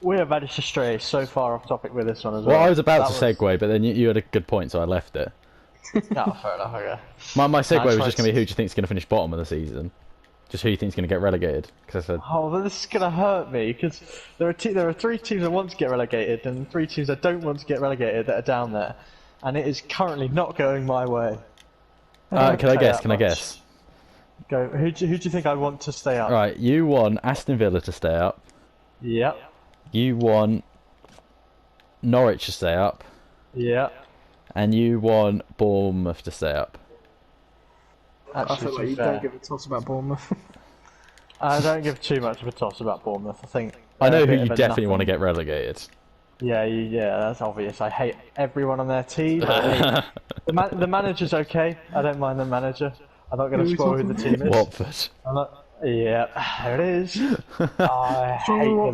Speaker 3: We have managed to stray so far off topic with this one as well.
Speaker 1: Well, I was about
Speaker 3: That
Speaker 1: to
Speaker 3: was-
Speaker 1: segue, but then you, you had a good point, so I left it.
Speaker 3: No, fair enough, okay.
Speaker 1: My, my segue was
Speaker 3: tried
Speaker 1: just
Speaker 3: to-
Speaker 1: going to be who do you think's going to finish bottom of the season? Just who you think's going to get relegated? Because I said
Speaker 3: Oh, but this is gonna hurt me because there are te- there are three teams I want to get relegated and three teams I don't want to get relegated that are down there, and it is currently not going my way.
Speaker 1: Uh, can I
Speaker 3: Say
Speaker 1: guess?
Speaker 3: that
Speaker 1: Can I
Speaker 3: much.
Speaker 1: guess?
Speaker 3: Go. Who do, who do you think I want to stay up?
Speaker 1: Right, you want Aston Villa to stay up.
Speaker 3: Yep.
Speaker 1: You want Norwich to stay up,
Speaker 3: Yep.
Speaker 1: and you want Bournemouth to stay up.
Speaker 2: I
Speaker 3: Actually,
Speaker 2: feel
Speaker 3: to
Speaker 2: like
Speaker 3: be
Speaker 2: you
Speaker 3: fair,
Speaker 2: don't give a toss about Bournemouth.
Speaker 3: I don't give too much of a toss about Bournemouth. I think
Speaker 1: I know who
Speaker 3: they're a
Speaker 1: you
Speaker 3: bit of a
Speaker 1: definitely want to
Speaker 3: nothing.
Speaker 1: get
Speaker 3: <laughs>
Speaker 1: relegated.
Speaker 3: Yeah, you, yeah, that's obvious. I hate everyone on
Speaker 1: <laughs>
Speaker 3: their team. I hate- the, man, the manager's okay. I don't mind the manager. I'm not going
Speaker 2: Who are
Speaker 3: to
Speaker 2: we
Speaker 3: spoil who
Speaker 2: talking
Speaker 3: the team is.
Speaker 1: Watford.
Speaker 3: I'm not- yeah, there it is. I hate the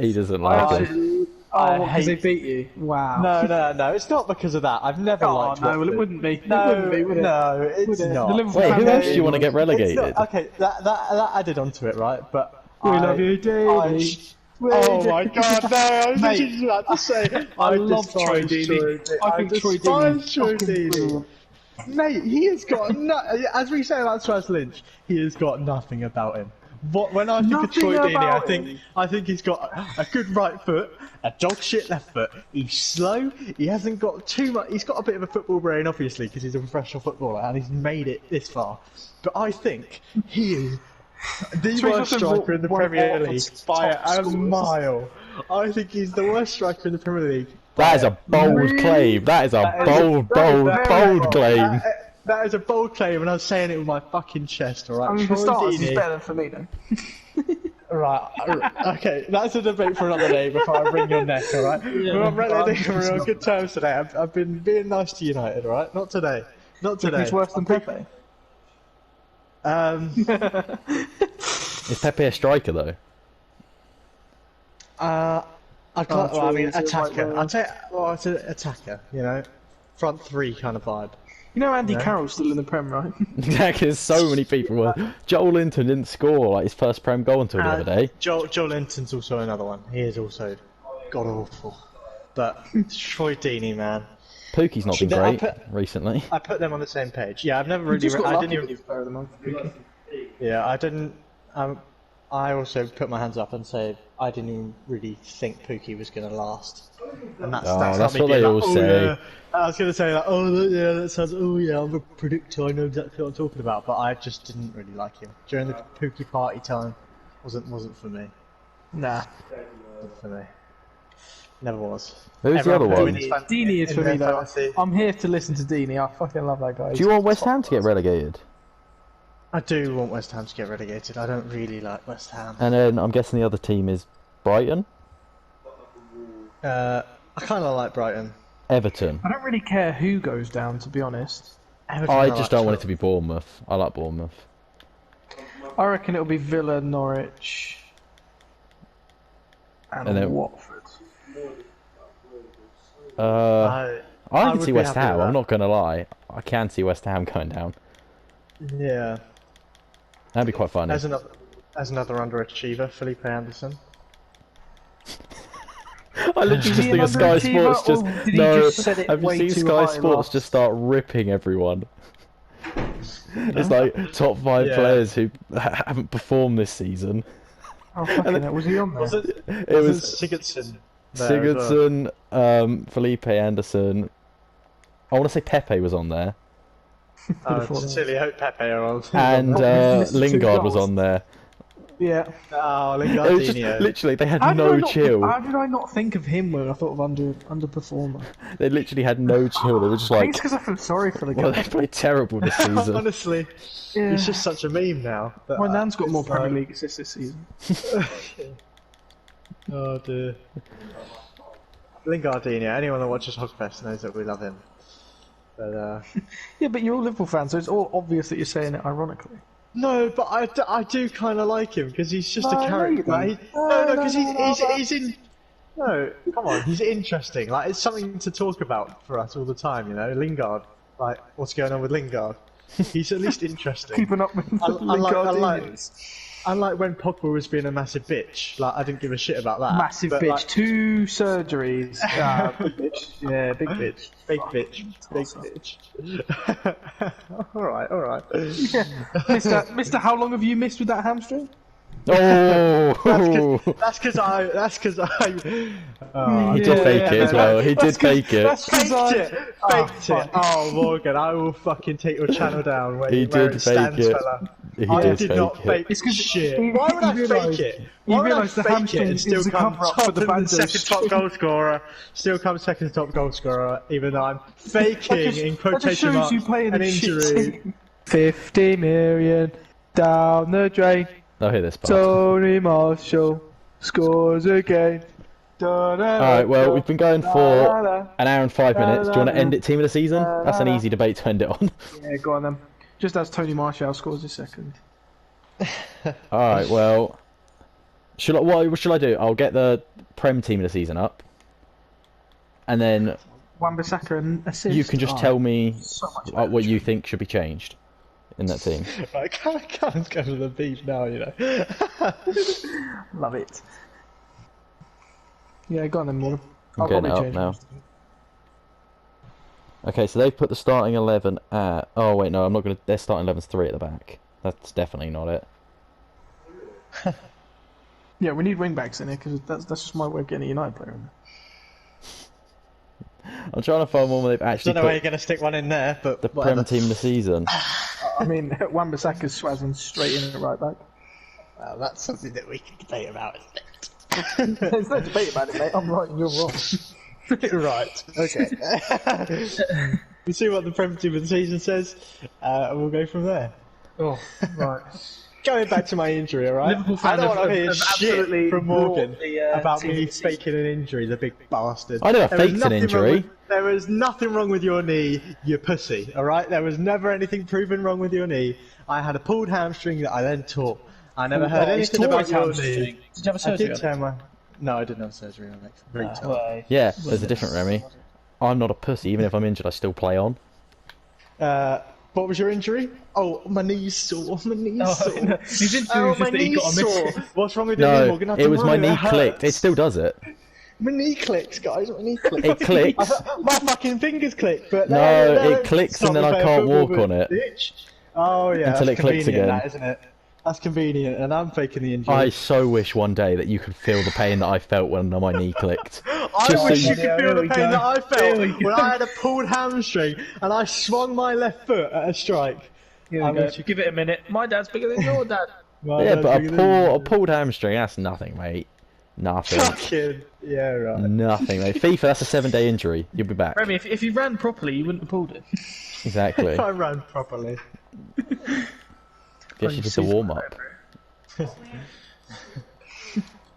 Speaker 1: <laughs> He doesn't like it.
Speaker 3: <laughs> I
Speaker 2: oh, because they
Speaker 3: hate-
Speaker 2: beat you? Wow.
Speaker 3: No, no, no. It's not because of that. I've never
Speaker 2: Oh,
Speaker 3: liked
Speaker 2: no, well,
Speaker 3: Watford.
Speaker 2: it wouldn't be.
Speaker 3: No,
Speaker 2: it wouldn't be, would it?
Speaker 3: no, it's
Speaker 2: Would it?
Speaker 3: not.
Speaker 2: The Liverpool
Speaker 1: Wait,
Speaker 2: fan
Speaker 1: who
Speaker 2: base
Speaker 1: else do you want to get
Speaker 3: It's
Speaker 1: relegated?
Speaker 3: not- okay, that, that that added onto it, right? But
Speaker 2: We
Speaker 3: I,
Speaker 2: love you,
Speaker 3: I,
Speaker 2: Davey.
Speaker 3: oh my god, no! I was
Speaker 2: Mate,
Speaker 3: just about to say.
Speaker 2: I love
Speaker 3: despise
Speaker 2: Troy Deeney. I think Troy Deeney
Speaker 3: despise
Speaker 2: is
Speaker 3: Troy
Speaker 2: fucking
Speaker 3: Deeney.
Speaker 2: brilliant.
Speaker 3: Mate, he has got no. As we say about Travis Lynch, he has got nothing about him. What, when I think of
Speaker 2: Nothing
Speaker 3: Troy Deeney, I
Speaker 2: about
Speaker 3: think
Speaker 2: him.
Speaker 3: I think he's got a good right foot, a dog shit left foot. He's slow. He hasn't got too much. He's got a bit of a football brain, obviously, because he's a professional footballer and he's made it this far. But I think he is the
Speaker 2: Troy
Speaker 3: worst
Speaker 2: Deeney's
Speaker 3: striker in the
Speaker 2: one of
Speaker 3: Premier League
Speaker 2: Watford's
Speaker 3: by
Speaker 2: top
Speaker 3: a
Speaker 2: scorers.
Speaker 3: mile. I think he's the worst striker in the Premier League.
Speaker 1: That is a bold claim. That is a
Speaker 3: is-
Speaker 1: bold,
Speaker 3: that is
Speaker 1: bold,
Speaker 3: very
Speaker 1: bold
Speaker 3: bold.
Speaker 1: claim.
Speaker 3: That- uh, that is a bold claim, and I'm saying it with my fucking chest, alright?
Speaker 2: I mean, for
Speaker 3: Troy
Speaker 2: starters, he's
Speaker 3: Deeney-
Speaker 2: better than Firmino.
Speaker 3: Right, alright, okay, that's a debate for another day before I bring your neck, alright? We're on
Speaker 2: I'm
Speaker 3: really
Speaker 2: just
Speaker 3: we're on
Speaker 2: not-
Speaker 3: good terms today. I've, I've been being nice to United, alright? Not today. Not today.
Speaker 2: He's worse than Pepe.
Speaker 3: Um,
Speaker 1: Is Pepe a striker though? <laughs>
Speaker 3: uh, I can't, well, I
Speaker 2: Oh, Troy
Speaker 3: mean,
Speaker 2: is a right
Speaker 3: attacker.
Speaker 2: winger.
Speaker 3: I'd say, well, it's an attacker, you know? Front three kind of vibe.
Speaker 2: You know Andy Carroll's still in the Prem, right?
Speaker 1: Exactly. There's so many people. Were... Joel Linton didn't score like his first prem goal until the
Speaker 3: Uh,
Speaker 1: other day.
Speaker 3: Joel, Joel Linton's also another one. He is also god awful.
Speaker 2: <laughs>
Speaker 3: But Troy Deeney, man.
Speaker 1: Pookies not been
Speaker 3: Should I
Speaker 1: great
Speaker 3: put-
Speaker 1: recently.
Speaker 3: I put them on the same page. Yeah, I've never really.
Speaker 2: Just
Speaker 3: Re-
Speaker 2: got
Speaker 3: I
Speaker 2: lucky
Speaker 3: didn't
Speaker 2: with
Speaker 3: even.
Speaker 2: his player of the month.
Speaker 3: Yeah, I didn't. Um, I also put my hands up and say I didn't even really think Pookie was going to last. And that's,
Speaker 1: Oh,
Speaker 3: that's,
Speaker 1: that's
Speaker 3: not me
Speaker 1: what they
Speaker 3: being like,
Speaker 1: all
Speaker 3: "Oh,
Speaker 1: say."
Speaker 3: yeah." I was going to say like, oh that- yeah, that sounds. Oh yeah, I'm a predictor. I know exactly what I'm talking about. But I just didn't really like him during the Pookie party time. wasn't wasn't for me.
Speaker 2: Nah.
Speaker 3: Wasn't for me. Never was.
Speaker 1: Who's the other
Speaker 3: Everyone
Speaker 1: one?
Speaker 3: in his
Speaker 1: Do
Speaker 3: fan-
Speaker 2: Deeney is
Speaker 3: in
Speaker 2: for
Speaker 3: their
Speaker 2: me, though.
Speaker 3: fantasy.
Speaker 2: I'm here to listen to Deeney. I fucking love that guy.
Speaker 1: you want West Ham to get relegated?
Speaker 3: I do want West Ham to get relegated. I don't really like West Ham.
Speaker 1: And then I'm guessing the other team is Brighton,
Speaker 3: Uh, I kind of like Brighton.
Speaker 1: Everton.
Speaker 2: I don't really care who goes down, to be honest.
Speaker 3: Everton
Speaker 1: I just don't
Speaker 3: like
Speaker 1: want it to be Bournemouth. I like Bournemouth.
Speaker 2: I reckon it'll be Villa, Norwich, and,
Speaker 1: And then-
Speaker 2: Watford.
Speaker 1: Uh,
Speaker 3: I,
Speaker 1: I can
Speaker 3: would
Speaker 1: see
Speaker 3: be
Speaker 1: West
Speaker 3: happy with
Speaker 1: Ham. I'm
Speaker 3: that.
Speaker 1: not gonna lie. I can see West Ham going down.
Speaker 3: yeah.
Speaker 1: That'd be quite funny.
Speaker 3: As another, as another underachiever, Felipe Anderson.
Speaker 1: I literally just
Speaker 2: he an
Speaker 1: think of Sky
Speaker 2: underachiever,
Speaker 1: Sports just
Speaker 2: or Oh, did he
Speaker 1: no.
Speaker 2: just set it
Speaker 1: have you
Speaker 2: way
Speaker 1: seen
Speaker 2: too
Speaker 1: Sky
Speaker 2: high
Speaker 1: Sports
Speaker 2: last-
Speaker 1: just start ripping everyone? it's like top five
Speaker 3: Yeah.
Speaker 1: players who ha- haven't performed this season.
Speaker 2: Oh, fucking hell. Was he on there?
Speaker 1: It was
Speaker 3: Sigurdsson. there as well?
Speaker 1: Sigurdsson, um, Felipe Anderson. I want to say Pepe was on there,
Speaker 3: I would sincerely uh, hope Pepe are on.
Speaker 1: and
Speaker 2: Oh,
Speaker 1: uh,
Speaker 2: he's missed two
Speaker 1: Lingard was
Speaker 2: goals.
Speaker 1: on there.
Speaker 2: Yeah.
Speaker 1: It
Speaker 3: oh,
Speaker 1: was just
Speaker 3: Lingardinho.
Speaker 1: literally they had
Speaker 2: How did I
Speaker 1: no
Speaker 2: not-
Speaker 1: chill.
Speaker 2: How did I not think of him when I thought of under underperformer?
Speaker 1: They literally had no chill. They were just
Speaker 2: I think it's
Speaker 1: like,
Speaker 2: because I feel sorry for the guy.
Speaker 1: well, they played terrible
Speaker 3: <laughs>
Speaker 1: this season.
Speaker 3: Honestly,
Speaker 2: yeah.
Speaker 3: he's just such a meme now. that
Speaker 2: My
Speaker 3: I-
Speaker 2: nan's got
Speaker 3: it's uh,
Speaker 2: more Premier
Speaker 3: like-
Speaker 2: League assists this season.
Speaker 3: Oh dear. Lingardinho. Anyone that watches Hogfest knows that we love him. But uh,
Speaker 2: Yeah, but you're all Liverpool fans, so it's all obvious that you're saying it ironically.
Speaker 3: No, but I, d- I do kind of like him because he's just
Speaker 2: No,
Speaker 3: a
Speaker 2: no,
Speaker 3: character.
Speaker 2: you don't.
Speaker 3: He- no, no,
Speaker 2: no,
Speaker 3: because
Speaker 2: no, no,
Speaker 3: he's,
Speaker 2: but-
Speaker 3: he's, he's in. No, come on, he's interesting. Like it's something to talk about for us all the time. You know, Lingard. Like what's going on with Lingard? He's at least
Speaker 2: <laughs>
Speaker 3: interesting.
Speaker 2: Keeping up with the
Speaker 3: I- I like- I like-
Speaker 2: Nicardinians.
Speaker 3: Unlike when Pogba was being a massive bitch. Like I didn't give a shit about that.
Speaker 2: Massive
Speaker 3: but,
Speaker 2: bitch.
Speaker 3: like,
Speaker 2: Two
Speaker 3: <laughs>
Speaker 2: surgeries. Ah, big bitch. Yeah, big bitch.
Speaker 3: bitch. Big bitch. <laughs> Big bitch. all right,
Speaker 2: <laughs>
Speaker 3: all right.
Speaker 2: Mister, Mister, how long have you missed with that hamstring?
Speaker 1: Oh,
Speaker 3: <laughs> That's because I. <laughs> That's because I. Oh,
Speaker 1: he did
Speaker 2: Yeah,
Speaker 1: fake
Speaker 2: yeah,
Speaker 1: it as
Speaker 3: no,
Speaker 1: well.
Speaker 3: no,
Speaker 1: He did
Speaker 2: That's 'cause-
Speaker 1: fake it.
Speaker 2: that's 'cause
Speaker 3: Faked
Speaker 2: I-
Speaker 3: it! Faked
Speaker 2: Oh,
Speaker 3: it! Oh, Morgan, I will fucking take your channel down where,
Speaker 1: He
Speaker 3: where
Speaker 1: did
Speaker 3: it
Speaker 1: fake
Speaker 3: stands,
Speaker 1: it.
Speaker 3: fella.
Speaker 1: <laughs> He
Speaker 3: I
Speaker 1: did,
Speaker 3: did,
Speaker 1: fake
Speaker 3: not
Speaker 1: it.
Speaker 3: fake
Speaker 2: It's 'cause
Speaker 3: shit.
Speaker 2: he-
Speaker 3: Why would
Speaker 2: he
Speaker 3: I
Speaker 2: realised-
Speaker 3: fake it?
Speaker 2: he
Speaker 3: Why would I
Speaker 2: realised the
Speaker 3: fake it
Speaker 2: hamstring
Speaker 3: and still
Speaker 2: is a
Speaker 3: come
Speaker 2: cover-up
Speaker 3: top
Speaker 2: for the
Speaker 3: and
Speaker 2: bandos.
Speaker 3: second top goal scorer? Still come second top goal scorer, even though I'm faking
Speaker 2: That just-
Speaker 3: in
Speaker 2: that just
Speaker 3: quotation
Speaker 2: shows
Speaker 3: marks
Speaker 2: you playing
Speaker 3: an
Speaker 2: a shit
Speaker 3: injury.
Speaker 2: team. Fifty million down the drain.
Speaker 1: I'll hear this part.
Speaker 2: Tony Marshall scores again.
Speaker 1: All right, well, we've been going
Speaker 3: <laughs>
Speaker 1: for an hour and five minutes. Do you want to end it team of the season? That's an easy debate to end it on. <laughs>
Speaker 2: Yeah, go on then. Just as Tony Marshall scores his second.
Speaker 1: All right, well, shall I, what, what shall I do? I'll get the Prem team of the season up, and then
Speaker 2: Wan-Bissaka an assist.
Speaker 1: you can just
Speaker 2: Oh,
Speaker 1: tell me
Speaker 2: so much
Speaker 1: uh, what you think should be changed in that team.
Speaker 3: <laughs> Like, I can't go to the beach now, you know.
Speaker 2: Love it. Yeah, go on then, Morgan.
Speaker 1: I'm getting it up now. Okay, so they've put the starting eleven at. Oh wait, no, I'm not gonna. Their starting eleven's three at the back. That's definitely not it.
Speaker 2: Yeah, we need wing backs in here because that's that's just my way of getting a United player in there.
Speaker 1: I'm trying to find one where they've actually
Speaker 3: Don't know where you're
Speaker 1: put
Speaker 3: going to stick one in there, but
Speaker 1: the
Speaker 3: whatever.
Speaker 1: Prem team of the season.
Speaker 2: I mean, <laughs> Wan-Bissaka's swazzing straight in at right back. <laughs>
Speaker 3: Well, that's something that we can debate about, isn't it? <laughs>
Speaker 2: There's no debate about it, mate. I'm right and you're wrong.
Speaker 3: right.
Speaker 2: <laughs>
Speaker 3: Okay. we see what the Prem Team of the season says, uh, and we'll go from there.
Speaker 2: Oh, right.
Speaker 3: Going back to my injury, all right?
Speaker 2: Liverpool fan
Speaker 3: I don't
Speaker 2: have-
Speaker 3: want to hear
Speaker 2: have
Speaker 3: shit
Speaker 2: absolutely
Speaker 3: from Morgan
Speaker 2: brought the, uh,
Speaker 3: about
Speaker 2: team
Speaker 3: me
Speaker 2: of the season.
Speaker 3: faking an injury, the big bastard.
Speaker 1: I never
Speaker 3: There was
Speaker 1: faked an
Speaker 3: nothing wrong
Speaker 1: injury.
Speaker 3: with- there was nothing wrong with your knee, you pussy, all right? There was never anything proven wrong with your knee. I had a pulled hamstring that I then tore. <laughs> I never heard anything about your knee.
Speaker 5: Did you have a
Speaker 3: I
Speaker 5: surgery?
Speaker 3: did tear my... No, I didn't have surgery on Uh, it. Retard.
Speaker 1: Yeah, there's a different Remy. I'm not a pussy. Even if I'm injured, I still play on.
Speaker 3: Uh, what was your injury? Oh, my knee's sore. My knee's sore.
Speaker 5: He's in
Speaker 3: Oh, my
Speaker 5: just that he
Speaker 3: knee's
Speaker 5: got a
Speaker 3: sore.
Speaker 5: miss.
Speaker 3: <laughs> What's wrong with your knee,
Speaker 1: No,
Speaker 3: Morgan? I
Speaker 1: it
Speaker 3: don't
Speaker 1: was my
Speaker 3: know,
Speaker 1: knee
Speaker 3: hurts.
Speaker 1: clicked. It still does it.
Speaker 3: My knee clicks, guys. My knee clicks.
Speaker 1: It clicks.
Speaker 3: my fucking fingers click, but
Speaker 1: No,
Speaker 3: they're- they're-
Speaker 1: it clicks
Speaker 3: stop
Speaker 1: and then
Speaker 3: me
Speaker 1: I
Speaker 3: playing
Speaker 1: can't
Speaker 3: football
Speaker 1: walk
Speaker 3: with
Speaker 1: on
Speaker 3: a
Speaker 1: it.
Speaker 3: bitch. Oh yeah,
Speaker 1: Until
Speaker 3: that's
Speaker 1: it clicks again.
Speaker 3: convenient, that, isn't it? That's convenient, and I'm faking the injury.
Speaker 1: I so wish one day that you could feel the pain that I felt when my knee clicked.
Speaker 3: I
Speaker 1: Just
Speaker 3: wish
Speaker 1: so you-
Speaker 3: you could
Speaker 5: There
Speaker 3: feel the
Speaker 5: we
Speaker 3: pain
Speaker 5: go.
Speaker 3: that I
Speaker 5: There
Speaker 3: felt
Speaker 5: we go.
Speaker 3: when I had a pulled hamstring and I swung my left foot at a strike.
Speaker 5: Here
Speaker 3: I
Speaker 5: we go.
Speaker 3: wish you-
Speaker 5: Give it a minute. My dad's <laughs> bigger than your dad.
Speaker 3: Well,
Speaker 1: Yeah,
Speaker 3: that's
Speaker 1: but a
Speaker 3: bigger than
Speaker 1: pull,
Speaker 3: you.
Speaker 1: a pulled hamstring, that's nothing, mate.
Speaker 3: <laughs>
Speaker 1: Nothing.
Speaker 3: Fucking yeah, right.
Speaker 1: Nothing, mate. FIFA, that's a seven day injury. You'll be back.
Speaker 5: Remy, if, if you ran properly, you wouldn't have pulled it.
Speaker 3: <laughs>
Speaker 1: Exactly.
Speaker 3: I ran properly.
Speaker 1: Guess you did the warm up.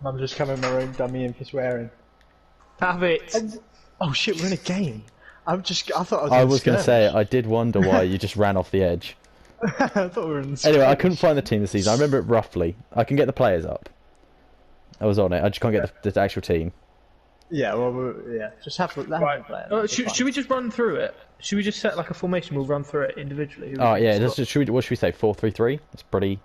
Speaker 3: I'm just coming my own dummy in for swearing.
Speaker 5: Have it.
Speaker 3: Oh shit, we're in a game. I'm just. I thought I was.
Speaker 1: I
Speaker 3: in a
Speaker 1: was going to
Speaker 3: skirmish.
Speaker 1: say, I did wonder why you just ran off the edge.
Speaker 3: <laughs> I thought we were in. a
Speaker 1: Anyway, I
Speaker 3: skirmish.
Speaker 1: couldn't find the team this season. I remember it roughly. I can get the players up. I was on it. I just can't get the, the actual team.
Speaker 3: Yeah, well, we- yeah. Just have to.
Speaker 5: Right.
Speaker 3: Right.
Speaker 5: Uh, should, should we just run through it? Should we just set like a formation? We'll run through it individually.
Speaker 1: Oh, yeah.
Speaker 5: Sort-
Speaker 1: That's just, should we, what should we say? 4 3 3? That's pretty.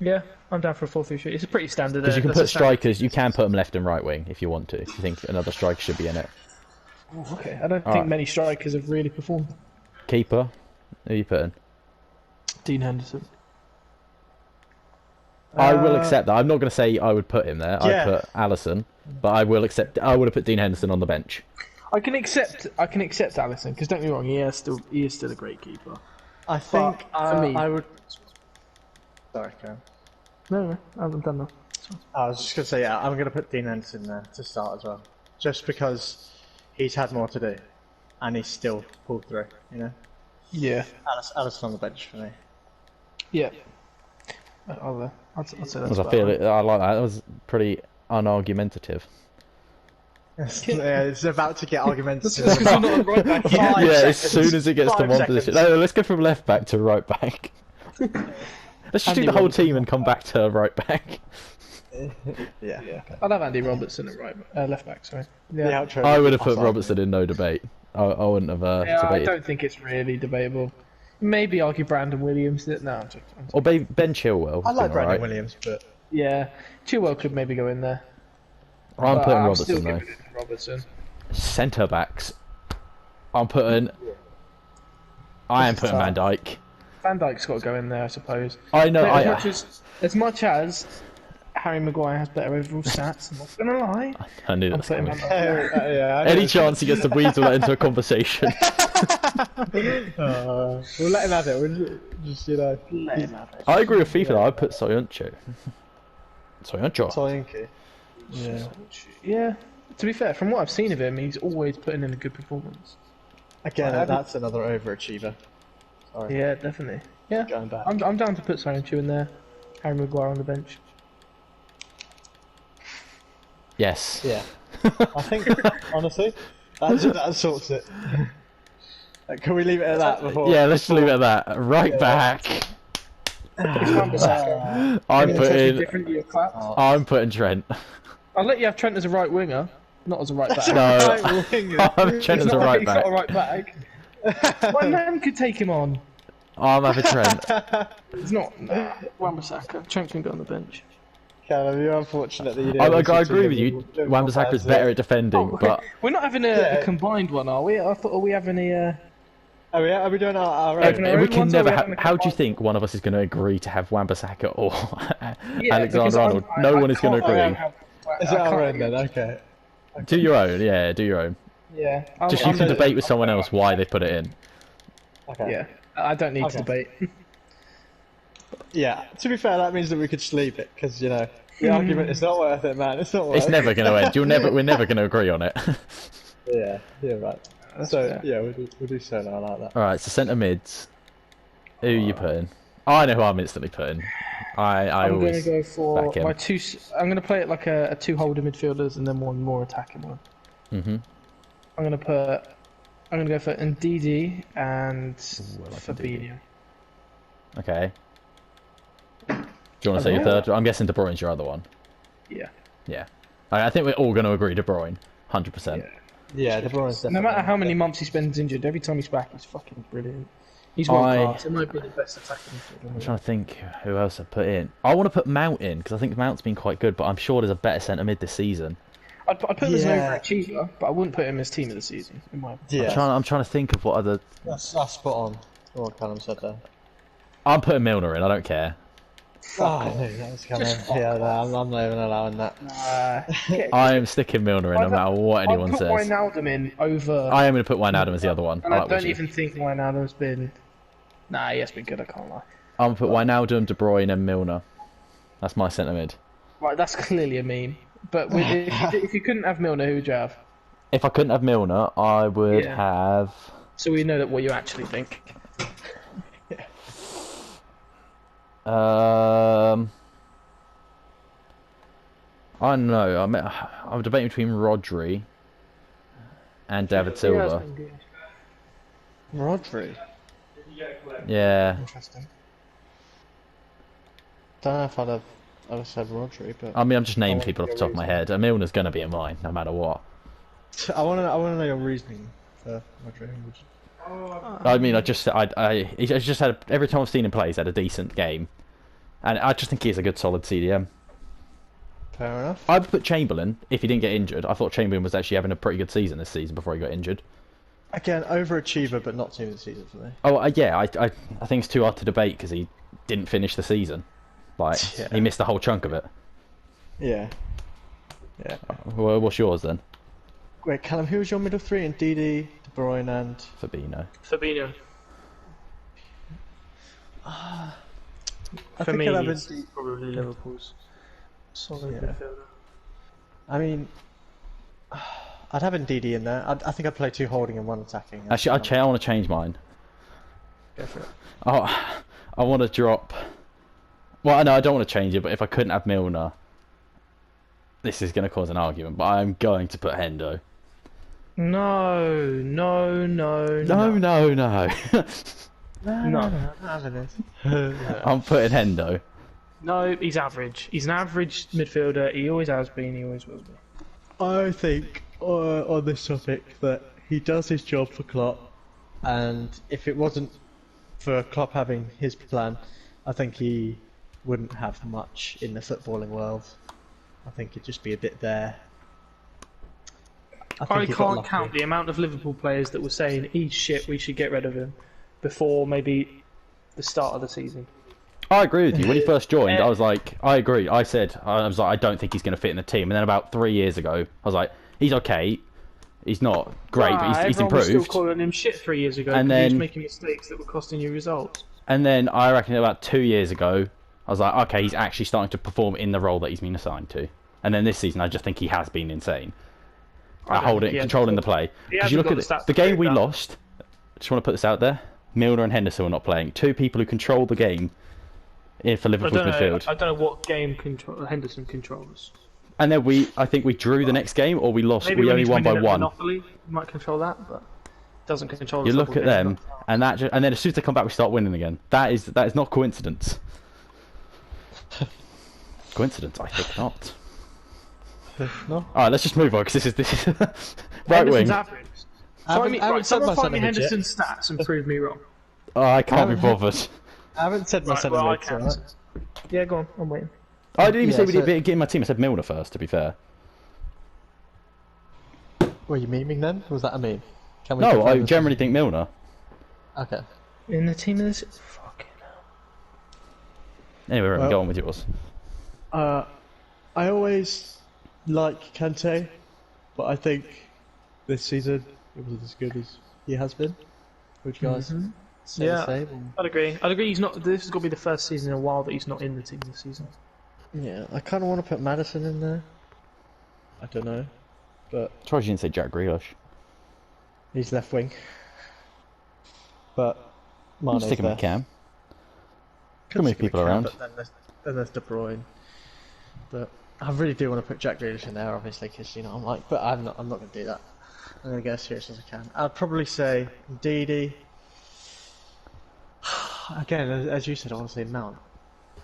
Speaker 5: Yeah, I'm down for a 4 3 3. It's a pretty standard.
Speaker 1: Because
Speaker 5: uh,
Speaker 1: you can
Speaker 5: that's
Speaker 1: put
Speaker 5: a standard-
Speaker 1: strikers, you can put them left and right wing if you want to. If you think another striker should be in it.
Speaker 2: Okay, I don't
Speaker 1: All
Speaker 2: think
Speaker 1: right.
Speaker 2: many strikers have really performed.
Speaker 1: Keeper, who you putting?
Speaker 2: Dean Henderson.
Speaker 1: I will accept that. I'm not going to say I would put him there.
Speaker 3: Uh, yeah.
Speaker 1: I put Allison, but I will accept. I would have put Dean Henderson on the bench.
Speaker 2: I can accept. I can accept Allison because don't get me wrong, he is still he is still a great keeper.
Speaker 3: I think
Speaker 2: But,
Speaker 3: uh,
Speaker 2: for me-
Speaker 3: I would. Sorry, Karen.
Speaker 2: No, no, I haven't done that.
Speaker 3: I was just gonna say, yeah, I'm gonna put Dean Henderson there to start as well, just because he's had more to do, and he's still pulled through. You know,
Speaker 2: Yeah,
Speaker 3: Alice, Alice on the bench for me. <laughs>
Speaker 2: yeah. Uh, I'll, uh, I'll, t- I'll say that's
Speaker 1: Because I
Speaker 2: about
Speaker 1: feel
Speaker 2: right.
Speaker 1: it, I like that. That was pretty
Speaker 3: <laughs>
Speaker 1: unargumentative.
Speaker 3: yeah, it's about to get argumentative.
Speaker 5: That's
Speaker 3: <laughs>
Speaker 5: 'cause you're not on right back.
Speaker 1: yeah, as soon as it gets to
Speaker 3: Five
Speaker 1: one position.
Speaker 3: seconds. <laughs>
Speaker 1: No, no, let's go from left back to right back. Let's just
Speaker 6: Andy
Speaker 1: do the whole
Speaker 6: Robertson.
Speaker 1: team and come back to right back.
Speaker 3: Yeah. yeah.
Speaker 2: I'd have Andy Robertson at right uh, left back. Sorry.
Speaker 3: The
Speaker 2: Yeah.
Speaker 3: outro.
Speaker 1: I would have put
Speaker 3: Offside.
Speaker 1: Robertson in no debate. I, I wouldn't have uh,
Speaker 2: Yeah, I
Speaker 1: debated.
Speaker 2: don't think it's really debatable. Maybe argue Brandon Williams. that- No, I'm joking. I'm joking.
Speaker 1: Or Ben, ben Chilwell.
Speaker 3: I like Brandon
Speaker 1: right?
Speaker 3: Williams, but
Speaker 2: Yeah, Chilwell could maybe go in there.
Speaker 1: I'm
Speaker 2: but
Speaker 1: putting
Speaker 2: I'm
Speaker 1: Robertson
Speaker 2: still
Speaker 1: though.
Speaker 2: giving it to Robertson.
Speaker 1: Centre backs. I'm putting. I am putting Van Dyke.
Speaker 2: Van Dyke's got to go in there, I suppose.
Speaker 1: I know.
Speaker 2: But as,
Speaker 1: I,
Speaker 2: much as, as much as Harry Maguire has better overall stats, I'm not gonna lie.
Speaker 1: I knew
Speaker 2: I'm
Speaker 1: that's
Speaker 2: putting Van
Speaker 1: coming.
Speaker 2: Dyke.
Speaker 3: yeah, I
Speaker 1: Any chance he gets to weasel that into a
Speaker 2: <laughs>
Speaker 1: conversation?
Speaker 3: Uh, we'll let him have it. We'll just, you know,
Speaker 1: I agree with FIFA. though. I put Soyuncu. Soyuncu.
Speaker 3: Soyuncu. Yeah.
Speaker 2: Yeah. To be fair, from what I've seen of him, he's always putting in a good performance.
Speaker 3: Again, that's another overachiever. Sorry,
Speaker 2: Yeah, definitely. Yeah.
Speaker 3: going back.
Speaker 2: I'm, I'm down to put Soyuncu in there. Harry Maguire on the bench.
Speaker 1: Yes.
Speaker 3: Yeah.
Speaker 2: <laughs>
Speaker 3: I think, honestly, that's, that sorts it. <laughs> Uh, Can we leave it at that before? <laughs>
Speaker 1: Yeah, let's leave it at that. Right
Speaker 2: <laughs>
Speaker 1: back. I'm putting.
Speaker 2: different year class.
Speaker 1: I'm putting
Speaker 2: <laughs>
Speaker 1: Trent.
Speaker 2: I'll let you have Trent as a right winger, not as a right back.
Speaker 1: No,
Speaker 3: Right
Speaker 1: <laughs>
Speaker 3: wing.
Speaker 1: I'm Trent as a right
Speaker 2: he's
Speaker 1: back.
Speaker 2: not a right back. My man could take him on.
Speaker 1: I'm having
Speaker 2: <laughs>
Speaker 1: Trent.
Speaker 2: It's not. Nah. Wan-Bissaka. Trent can go on the bench.
Speaker 3: Callum, you're unfortunate that you
Speaker 1: I,
Speaker 3: didn't
Speaker 1: I
Speaker 3: listen to
Speaker 1: agree with
Speaker 3: him.
Speaker 1: you.
Speaker 3: Don't
Speaker 1: Wan-Bissaka's
Speaker 3: compare
Speaker 1: better at defending,
Speaker 2: Oh,
Speaker 1: but
Speaker 2: We're not having a, a combined one, are we? I thought, are we having a. Uh...
Speaker 3: to- Are we, Oh, are we doing our, our
Speaker 1: If-
Speaker 3: own?
Speaker 2: Opener,
Speaker 1: if we
Speaker 2: everyone's
Speaker 1: can never.
Speaker 2: already
Speaker 1: Ha-
Speaker 2: having a
Speaker 1: how do you
Speaker 2: combined-
Speaker 1: think one of us is going to agree to have Wan-Bissaka <laughs> or
Speaker 2: Yeah, because
Speaker 1: Alexander
Speaker 2: I'm-
Speaker 1: Arnold?
Speaker 2: I-
Speaker 1: No
Speaker 2: I
Speaker 1: one is going to
Speaker 2: can't- I don't
Speaker 1: agree.
Speaker 2: have-
Speaker 3: Is
Speaker 2: I
Speaker 3: it our
Speaker 2: can't
Speaker 3: own
Speaker 2: agree.
Speaker 3: then? Okay.
Speaker 1: Do your own. Yeah, do your own.
Speaker 2: Yeah. I'll-
Speaker 1: Just
Speaker 2: I'll
Speaker 1: you can
Speaker 2: do it.
Speaker 1: debate with someone else why they put it in.
Speaker 3: Okay.
Speaker 2: Yeah. I don't need
Speaker 3: Okay.
Speaker 2: to debate.
Speaker 3: Yeah, to be fair, that means that we could sleep it because you know the
Speaker 2: Hmm.
Speaker 3: argument is not worth it, man. It's not worth
Speaker 1: It's
Speaker 3: it.
Speaker 1: never going to end. You'll never. We're never going to agree on it. <laughs>
Speaker 3: Yeah, yeah, right. so
Speaker 2: fair.
Speaker 3: yeah, we do, we do so now like that.
Speaker 1: All right. So centre mids. Who you putting? I know who I'm instantly putting. I. I
Speaker 2: I'm going to
Speaker 1: always.
Speaker 2: go for
Speaker 1: back him.
Speaker 2: my two. s- I'm going to play it like a, a two holder midfielders and then one more attacking one.
Speaker 1: Mhm.
Speaker 2: I'm going to put. I'm going to go for Ndidi and
Speaker 1: I like
Speaker 2: Fabinho.
Speaker 1: Okay. Do you want to say your third? I'm guessing De Bruyne's your other one.
Speaker 2: Yeah.
Speaker 1: Yeah. All right, I think we're all going to agree De Bruyne. Hundred percent.
Speaker 3: Yeah, De Bruyne's
Speaker 2: No
Speaker 3: definitely.
Speaker 2: matter how many months he spends injured, every time he's back, he's fucking brilliant. He's one
Speaker 1: I-
Speaker 2: class. He might be the best attacking midfielder. in
Speaker 1: I'm
Speaker 2: the
Speaker 1: trying to think who else I put in. I want to put Mount in because I think Mount's been quite good, but I'm sure there's a better centre mid this season.
Speaker 2: I'd, I'd put him as an
Speaker 3: Yeah.
Speaker 2: overachiever, but I wouldn't put him as team of the season. In my opinion.
Speaker 1: I'm,
Speaker 3: Yeah,
Speaker 1: trying, I'm trying to think of what other.
Speaker 3: that's, that's spot on. What Callum said there.
Speaker 1: I'm putting Milner in. I don't care.
Speaker 3: Oh, no, that was Callum. Yeah, no, I'm, I'm not even allowing that.
Speaker 1: I am sticking Milner in no
Speaker 2: I've-
Speaker 1: matter what
Speaker 2: I'd
Speaker 1: anyone
Speaker 2: put
Speaker 1: says.
Speaker 2: Wijnaldum in over,
Speaker 1: I am going to put Wijnaldum as the other one.
Speaker 2: and
Speaker 1: I
Speaker 2: I,
Speaker 1: like
Speaker 2: don't
Speaker 1: Wijnaldum.
Speaker 2: even think Wijnaldum's been. Nah, he has been good. I can't lie.
Speaker 1: I'm going to put Wijnaldum, De Bruyne, and Milner. That's my centre mid.
Speaker 2: Right, that's <laughs> clearly a meme. But with, if, you, if you couldn't have Milner, who would you have?
Speaker 1: If I couldn't have Milner, I would
Speaker 2: Yeah.
Speaker 1: have.
Speaker 2: So we know that what you actually think.
Speaker 1: <laughs> Um, I don't know. I'm, <sighs> I'm debating between Rodri and David Silva.
Speaker 3: Rodri.
Speaker 4: You get a clip.
Speaker 1: Yeah,
Speaker 3: Interesting. Don't know if I'd have. I'd have said Rodri, but
Speaker 1: I mean, I'm just naming
Speaker 2: Oh,
Speaker 1: people off the top of my head. Milner's going to be in mine, no matter what.
Speaker 3: I want to. I want to know your reasoning for Rodri. Would you-
Speaker 4: Oh,
Speaker 1: I mean, I just, I, I, he's he's just had a, every time I've seen him play, he's had a decent game, and I just think he's a good, solid CDM.
Speaker 3: Fair enough.
Speaker 1: I'd put Chamberlain if he didn't get injured. I thought Chamberlain was actually having a pretty good season this season before he got injured.
Speaker 3: Again, overachiever, but not team of the season for me.
Speaker 1: Oh uh, yeah, I, I I think it's too hard to debate because he didn't finish the season. Like
Speaker 3: Yeah.
Speaker 1: he missed a whole chunk of it.
Speaker 3: Yeah.
Speaker 1: Well, what's yours then,
Speaker 3: Wait, Callum, who was your middle three? And Didi, De Bruyne, and
Speaker 1: Fabino?
Speaker 2: Fabinho.
Speaker 3: I
Speaker 2: For
Speaker 3: think
Speaker 2: me,
Speaker 3: I'd have
Speaker 2: he's
Speaker 3: Ndidi-
Speaker 2: probably Liverpool's solid
Speaker 3: Yeah.
Speaker 2: midfielder.
Speaker 3: I mean, <sighs> I'd have Ndidi in there. I'd, I think I'd play two holding and one attacking.
Speaker 1: Actually, I, cha- I want to change mine.
Speaker 3: go for it.
Speaker 1: Oh, I want to drop. Well, no, I don't want to change it. But if I couldn't have Milner, this is going to cause an argument. But I'm going to put Hendo.
Speaker 2: No, no, no,
Speaker 1: No, <laughs> no, no.
Speaker 5: No.
Speaker 3: Having
Speaker 1: I'm putting Hendo.
Speaker 5: No, he's average. He's an average midfielder. He always has been. He always will be.
Speaker 3: I think uh, on this topic that he does his job for Klopp, and if it wasn't for Klopp having his plan, I think he wouldn't have much in the footballing world. I think he'd just be a bit there. think
Speaker 5: I
Speaker 3: he got
Speaker 5: can't
Speaker 3: lucky.
Speaker 5: count the amount of Liverpool players that were saying, "He's shit. We should get rid of him," before maybe the start of the season.
Speaker 1: I agree with you. When he first joined, I was like, I agree. I said, I was like, I don't think he's going to fit in the team. And then about three years ago, I was like, he's okay. He's not great, but he's, he's
Speaker 5: Ah, everyone was still
Speaker 1: improved.
Speaker 5: calling him shit three years ago,
Speaker 1: And
Speaker 5: and he was
Speaker 1: then-
Speaker 5: making mistakes that were costing you results.
Speaker 1: And then I reckon about two years ago, I was like, okay, he's actually starting to perform in the role that he's been assigned to. And then this season, I just think he has been insane.
Speaker 5: I
Speaker 1: At
Speaker 5: don't
Speaker 1: holding,
Speaker 5: think he has-
Speaker 1: controlling the play.
Speaker 5: He
Speaker 1: Because you
Speaker 5: hasn't
Speaker 1: look at
Speaker 5: got
Speaker 1: the,
Speaker 5: the
Speaker 1: the
Speaker 5: stats to
Speaker 1: game
Speaker 5: prove
Speaker 1: we
Speaker 5: that.
Speaker 1: lost. Just want to put this out there: Milner and Henderson were not playing. Two people who control the game in for
Speaker 5: I
Speaker 1: Liverpool's
Speaker 5: don't know.
Speaker 1: midfield.
Speaker 5: I don't know what game control Henderson controls.
Speaker 1: And then we, I think we drew the next game, or we lost.
Speaker 5: Maybe
Speaker 1: we
Speaker 5: when
Speaker 1: only
Speaker 5: he's
Speaker 1: won by
Speaker 5: winning at
Speaker 1: one.
Speaker 5: Monopoly, he might control that, but doesn't control. the
Speaker 1: You look
Speaker 5: football
Speaker 1: at
Speaker 5: game.
Speaker 1: them, and that, ju- and then as soon as they come back, we start winning again. That is that is not coincidence. coincidence? I think not.
Speaker 3: No.
Speaker 1: All right, let's just move on because this is <laughs> this is right wing.
Speaker 5: Henderson's average.
Speaker 3: I
Speaker 5: Find
Speaker 3: haven't,
Speaker 5: me,
Speaker 3: I haven't
Speaker 5: right,
Speaker 3: said my
Speaker 5: someone find me
Speaker 3: Senegal yet.
Speaker 5: Henderson's stats and prove me wrong.
Speaker 1: Oh, I can't be
Speaker 3: haven't-
Speaker 1: bothered. Oh,
Speaker 3: I haven't said my
Speaker 5: Right, well, I can.
Speaker 3: Senegal yet.
Speaker 5: Yeah, go on. I'm waiting.
Speaker 1: I didn't even
Speaker 3: Yeah,
Speaker 1: say we
Speaker 3: so-
Speaker 1: didn't get in my team. I said Milner first. To be fair,
Speaker 3: Were you memeing then? Was that a meme? Can we
Speaker 1: no,
Speaker 3: confirm
Speaker 1: I
Speaker 3: this?
Speaker 1: generally think Milner.
Speaker 3: Okay.
Speaker 5: In the team of this, fucking.
Speaker 1: Anyway, Rowan,
Speaker 3: Well-
Speaker 1: go on with yours.
Speaker 3: Uh, I always like Kante, but I think this season it wasn't as good as he has been. Would you guys say
Speaker 5: Yeah.
Speaker 3: the same?
Speaker 5: I'd agree. I'd agree. He's not. This is gonna be the first season in a while that he's not in the team this season.
Speaker 3: Yeah, I kind of want to put Madison in there. I don't know, but
Speaker 1: Try you didn't say Jack Grealish.
Speaker 3: he's left wing. But
Speaker 1: I'm
Speaker 3: Mane's
Speaker 1: sticking
Speaker 3: Oh, there.
Speaker 1: with Cam. Too many people around.
Speaker 3: But then there's, then there's De Bruyne. But I really do want to put Jack Grealish in there, obviously, because you know I'm like, but I'm not. I'm not going to do that. I'm going to go as serious as I can. I'd probably say Ndidi. <sighs> Again, as, as you said, I want to say Mount.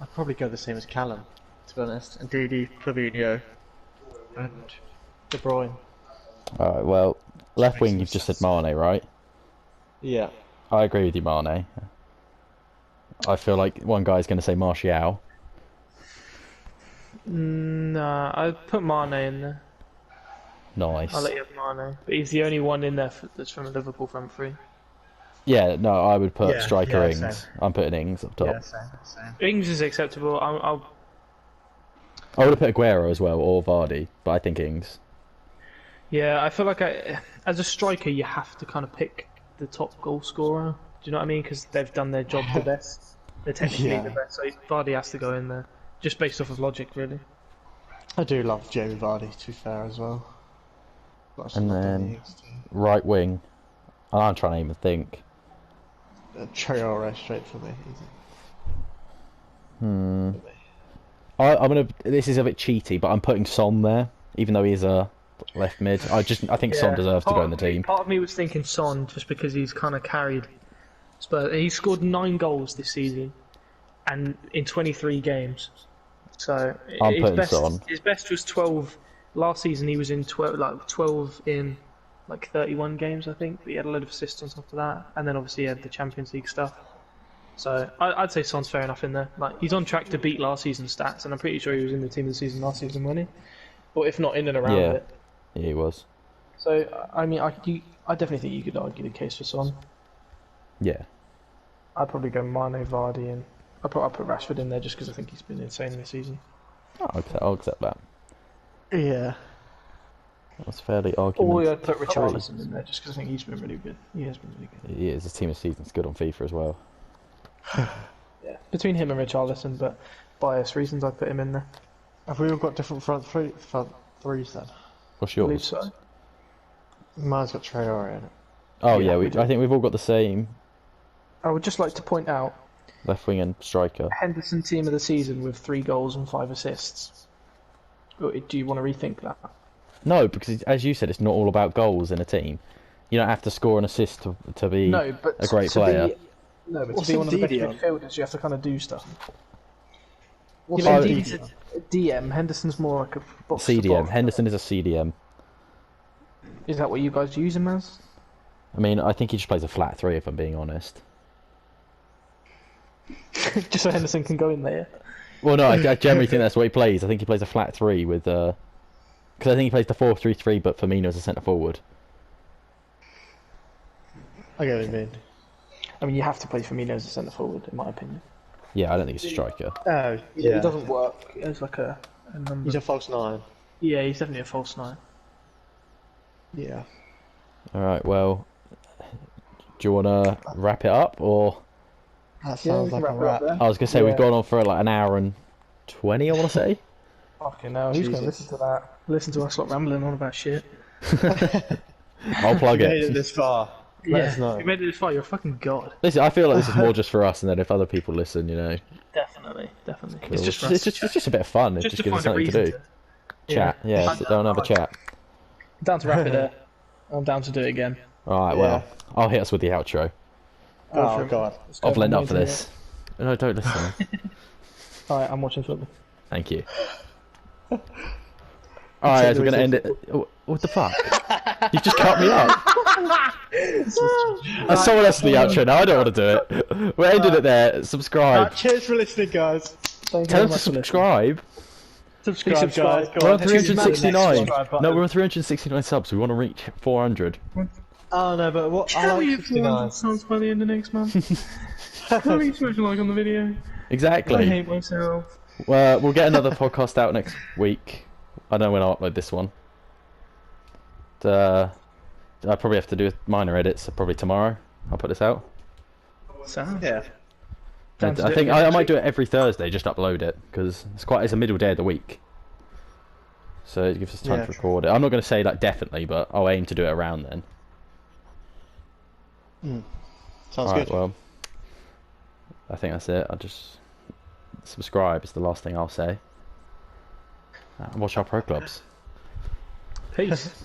Speaker 3: I'd probably go the same as Callum, to be honest. Ndidi, Fabinho, and De Bruyne.
Speaker 1: All right, well, left
Speaker 3: Makes
Speaker 1: wing.
Speaker 3: no
Speaker 1: You've just said
Speaker 3: sense.
Speaker 1: Mane, right?
Speaker 3: Yeah.
Speaker 1: I agree with you, Mane. I feel like one guy's going to say Martial.
Speaker 5: Nah, I'd put Mane in there.
Speaker 1: Nice.
Speaker 5: I'll let you have Mane, but he's the only one in there f that's from a Liverpool front three.
Speaker 1: Yeah, no, I would put
Speaker 3: Yeah,
Speaker 1: striker
Speaker 3: yeah,
Speaker 1: Ings.
Speaker 3: same.
Speaker 1: I'm putting Ings up top.
Speaker 3: Yeah. Same. Same.
Speaker 5: Ings is acceptable. I'll, I'll
Speaker 1: I would have put Aguero as well or Vardy, but I think Ings.
Speaker 5: Yeah, I feel like I, as a striker, you have to kind of pick the top goal scorer. Do you know what I mean? Because they've done their job the best. They're technically
Speaker 3: Yeah.
Speaker 5: the best. So Vardy has to go in there, just based off of logic, really.
Speaker 3: I do love Jamie Vardy. To be fair, as well. Gosh,
Speaker 1: And
Speaker 3: I love
Speaker 1: then-
Speaker 3: Danny Ings too.
Speaker 1: Right wing. I'm trying to even think.
Speaker 3: Uh, Traore straight for me. Easy.
Speaker 1: Hmm. I, I'm gonna. This is a bit cheaty, but I'm putting Son there, even though he's a left mid. I just I think Son deserves to go in the team.
Speaker 5: Part of me was thinking Son, just because he's kind of carried. But he scored nine goals this season, and in 23 games. So
Speaker 1: I'm
Speaker 5: his
Speaker 1: putting
Speaker 5: best,
Speaker 1: Son.
Speaker 5: His best was 12. Last season, he was in 12, like 12 in like 31 games, I think. But he had a lot of assists on top of that, and then obviously he had the Champions League stuff. So I, I'd say Son's fair enough in there. Like he's on track to beat last season's stats, and I'm pretty sure he was in the team of the season last season, wasn't he? Or if not in and around
Speaker 1: Yeah.
Speaker 5: it.
Speaker 1: Yeah, he was.
Speaker 2: So I I mean, I you, I definitely think you could argue the case for Son.
Speaker 1: Yeah.
Speaker 2: I'd probably go Mane, Vardy, and I put I put Rashford in there just because I think he's been insane this season.
Speaker 1: I'll accept, I'll accept that.
Speaker 3: Yeah.
Speaker 1: That was fairly
Speaker 2: Or
Speaker 1: argument.
Speaker 2: I'd put Richarlison in there just because I think he's been really good. He has been really good.
Speaker 1: He is. His team of season's good on FIFA as well.
Speaker 2: Yeah. Between him and Richarlison, but bias reasons, I put him in there.
Speaker 3: Have we all got different front three front threes then?
Speaker 1: What's
Speaker 2: I believe
Speaker 1: yours?
Speaker 2: so.
Speaker 3: Mine's got Traore in it.
Speaker 1: Oh
Speaker 2: Yeah,
Speaker 1: yeah, we,
Speaker 2: we do.
Speaker 1: I think we've all got the same
Speaker 2: I would just like to point out
Speaker 1: left wing and striker.
Speaker 2: Henderson team of the season with three goals and five assists. Oh, Do you want to rethink that?
Speaker 1: No, because as you said, it's not all about goals in a team. You don't have to score an assist to, to be
Speaker 2: No, but
Speaker 1: a great
Speaker 2: to be-
Speaker 1: player.
Speaker 2: No, but
Speaker 3: What's
Speaker 2: to be
Speaker 3: a
Speaker 2: one of the best
Speaker 3: DDM?
Speaker 2: midfielders, you have to kind of do stuff.
Speaker 3: What's
Speaker 1: Yeah,
Speaker 3: a
Speaker 1: but
Speaker 3: DDM?
Speaker 1: he's
Speaker 2: DM Henderson's more like a box to
Speaker 1: CDM.
Speaker 2: box.
Speaker 1: Henderson is a CDM.
Speaker 2: Is that what you guys use him as? <laughs>
Speaker 1: I mean, I think he just plays a flat three, if I'm being honest.
Speaker 2: Just so Henderson can go in there.
Speaker 1: Well, no, I, I generally think that's what he plays. I think he plays a flat three with. Because I think he plays the 4 3 3, but Firmino is a centre forward.
Speaker 3: I get what you mean.
Speaker 2: I mean, you have to play Firmino as a centre forward, in my opinion.
Speaker 1: Yeah, I don't think he's a striker.
Speaker 3: Oh,
Speaker 2: Yeah,
Speaker 3: yeah.
Speaker 2: it doesn't work as like a, a number.
Speaker 3: He's a false nine.
Speaker 5: Yeah, he's definitely a false nine.
Speaker 3: Yeah.
Speaker 1: All right, well, do you want to wrap it up? Or.
Speaker 3: That sounds
Speaker 2: Yeah, we can
Speaker 3: like a
Speaker 2: wrap it up
Speaker 3: wrap.
Speaker 2: there.
Speaker 1: I was going to say, we've
Speaker 2: Yeah.
Speaker 1: gone on for like an hour and 20, I want to say.
Speaker 2: Fucking hell, who's going to
Speaker 3: Jesus.
Speaker 2: listen to that?
Speaker 5: Listen to us lot rambling on about shit.
Speaker 1: I'll plug
Speaker 2: <laughs>
Speaker 3: Made it
Speaker 1: it.
Speaker 3: this far. Let us know.
Speaker 5: You made it this far, you're a fucking god.
Speaker 1: Listen, I feel like this is more just for us, and then if other people listen, you know.
Speaker 5: Definitely, definitely.
Speaker 1: It's
Speaker 5: It's
Speaker 1: just,
Speaker 5: just
Speaker 1: it's
Speaker 5: for us.
Speaker 1: just, it's just a bit of fun. It
Speaker 5: Just
Speaker 1: just,
Speaker 5: to
Speaker 1: gives us
Speaker 5: find a
Speaker 1: something to
Speaker 5: reason
Speaker 1: do.
Speaker 5: to.
Speaker 1: Chat, yeah,
Speaker 5: Find
Speaker 1: sit
Speaker 5: out
Speaker 1: down and have a
Speaker 5: why.
Speaker 1: chat.
Speaker 5: Down to wrap
Speaker 1: <laughs>
Speaker 5: it there. I'm down to do it again.
Speaker 1: All right, well, I'll hit us with the outro.
Speaker 3: Oh, God.
Speaker 2: Let's go
Speaker 1: I've leaned up for
Speaker 2: Firmino.
Speaker 1: this. No, don't listen. <laughs>
Speaker 2: Alright, I'm watching football.
Speaker 1: Thank you. All right, guys, we're
Speaker 3: the
Speaker 1: gonna end it. oh, What the fuck? You've just cut me up. That's someone else in the outro now. I don't want to do it. We're ending it there. Subscribe.
Speaker 3: Right, cheers for listening, guys.
Speaker 2: Thank you
Speaker 1: Tell
Speaker 2: very
Speaker 1: them to
Speaker 2: much for listening.
Speaker 1: subscribe.
Speaker 3: Subscribe,
Speaker 2: subscribe.
Speaker 3: guys. Go
Speaker 1: We're on
Speaker 3: on, hit the next
Speaker 1: 369.
Speaker 3: subscribe button.
Speaker 1: No, we're on 369 subs. We want to reach 400.
Speaker 3: Oh no, but what? I like 69.
Speaker 5: sounds by the end of
Speaker 1: <laughs>
Speaker 5: next month. Tell me to like on the video. I
Speaker 1: Exactly.
Speaker 5: hate myself.
Speaker 1: Well, we'll get another <laughs> podcast out next week. I don't know when I'll upload this one. Uh, I probably have to do minor edits. So probably tomorrow. I'll put this out.
Speaker 5: Sound.
Speaker 3: Yeah.
Speaker 1: I,
Speaker 5: Down to do
Speaker 1: I
Speaker 5: it
Speaker 1: think
Speaker 5: again
Speaker 1: I, I
Speaker 5: next
Speaker 1: might do it every Thursday. Just upload it because it's quite it's a middle day of the week, so it gives us time
Speaker 3: Yeah,
Speaker 1: to
Speaker 3: true.
Speaker 1: record it. I'm not going to say like definitely, but I'll aim to do it around then.
Speaker 3: Sounds
Speaker 1: All right.
Speaker 3: good.
Speaker 1: Well, I think that's it. I'll just subscribe is the last thing I'll say. Uh, watch our pro clubs.
Speaker 5: Peace.